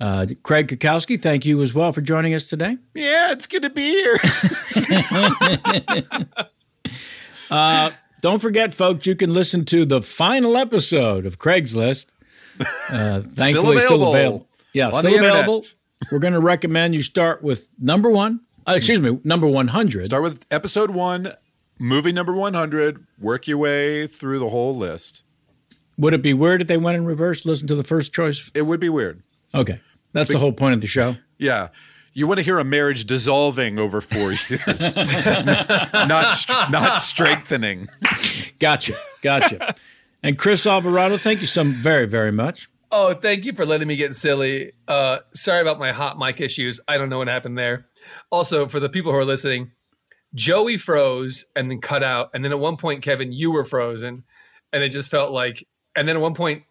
Uh, Craig Kukowski, thank you as well for joining us today.
yeah, it's gonna be here.
Uh, don't forget, folks, you can listen to the final episode of Craigslist. Uh, thankfully, still
available.
available. Yeah,
On
still
the internet.
available. We're going to recommend you start with number one. Uh, excuse me, number 100.
Start with episode one, movie number one hundred. Work your way through the whole list.
Would it be weird if they went in reverse, listen to the first choice?
It would be weird.
Okay. That's the whole point of the show.
Yeah. You want to hear a marriage dissolving over four years, not str- not strengthening.
Gotcha. Gotcha. and Chris Alvarado, thank you so very, very much.
Oh, thank you for letting me get silly. Uh, sorry about my hot mic issues. I don't know what happened there. Also, for the people who are listening, Joey froze and then cut out. And then at one point, Kevin, you were frozen. And it just felt like, and then at one point,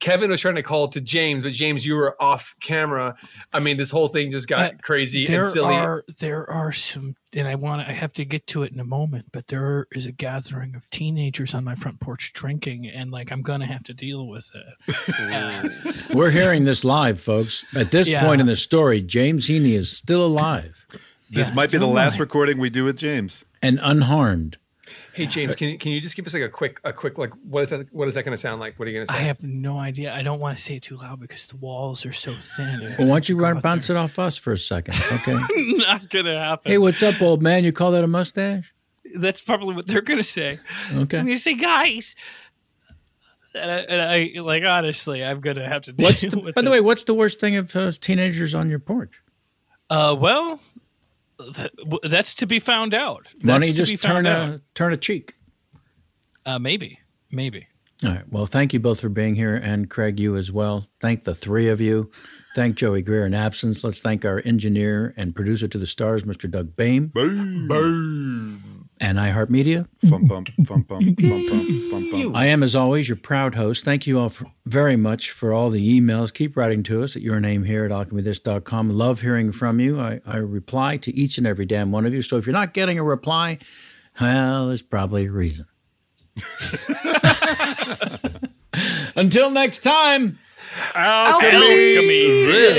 Kevin was trying to call to James, but James, you were off camera. I mean, this whole thing just got
Uh,
crazy
there
and silly.
Are, there are some, and I want to, I have to get to it in a moment, but there is a gathering of teenagers on my front porch drinking, and like I'm going to have to deal with it. Uh,
We're hearing this live, folks. At this
Yeah.
point in the story, James Heaney is still alive
This
Yeah,
might be the
still
last
mine.
recording we do with James.
and unharmed.
Hey James, can you can you just give us like a quick a quick like what is that what is that going to sound like? What are you going to
I
say?
have no idea. I don't want to say it too loud because the walls are so thin.
Well, why don't you run bounce it off us for a second? Okay.
Not going to happen.
hey, what's up, old man? You call that a mustache?
That's probably what they're going to say.
Okay.
And you say, guys, and I, and I like honestly, I'm going to have to deal
What's the,
with
by
it.
the way, what's the worst thing of those teenagers on your porch?
Uh, well, that, w- that's to be found out. That's
Why don't you
to be
just
found
turn
out.
a, turn a cheek?
Uh, maybe, maybe.
All right. Well, thank you both for being here, and Craig, you as well. Thank the three of you. Thank Joey Greer in absence. Let's thank our engineer and producer to the stars, Mr. Doug Baim.
Boom.
Hmm.
Boom.
And iHeartMedia.
Fum bump, fum bump, fum bump, fum bump.
I am, as always, your proud host. Thank you all for, very much for all the emails. Keep writing to us at your name here at alchemythis.com. Love hearing from you. I, I reply to each and every damn one of you. So if you're not getting a reply, well, there's probably a reason. Until next time.
Alchemy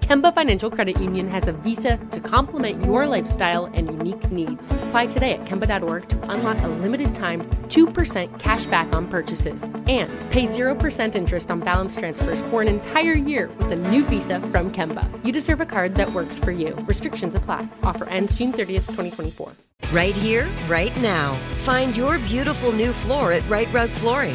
Kemba Financial Credit Union has a visa to complement your lifestyle and unique needs. Apply today at Kemba.org to unlock a limited time 2% cash back on purchases and pay 0% interest on balance transfers for an entire year with a new visa from Kemba. You deserve a card that works for you. Restrictions apply. Offer ends June 30th, 2024.
Right here, right now. Find your beautiful new floor at Right Rug Flooring.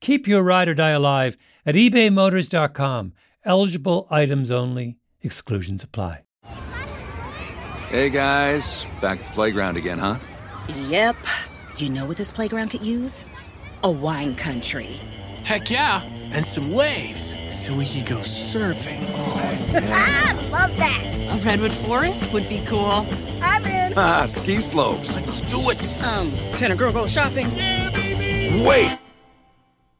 Keep your ride or die alive at ebaymotors.com. Eligible items only, exclusions apply.
Hey guys, back at the playground again, huh?
Yep. You know what this playground could use? A wine country.
Heck yeah! And some waves, so we could go surfing. Oh,
ah, love that!
A redwood forest would be cool.
I'm in!
Ah, ski slopes.
Let's do it!
Um, can a girl go shopping? Yeah,
baby! Wait!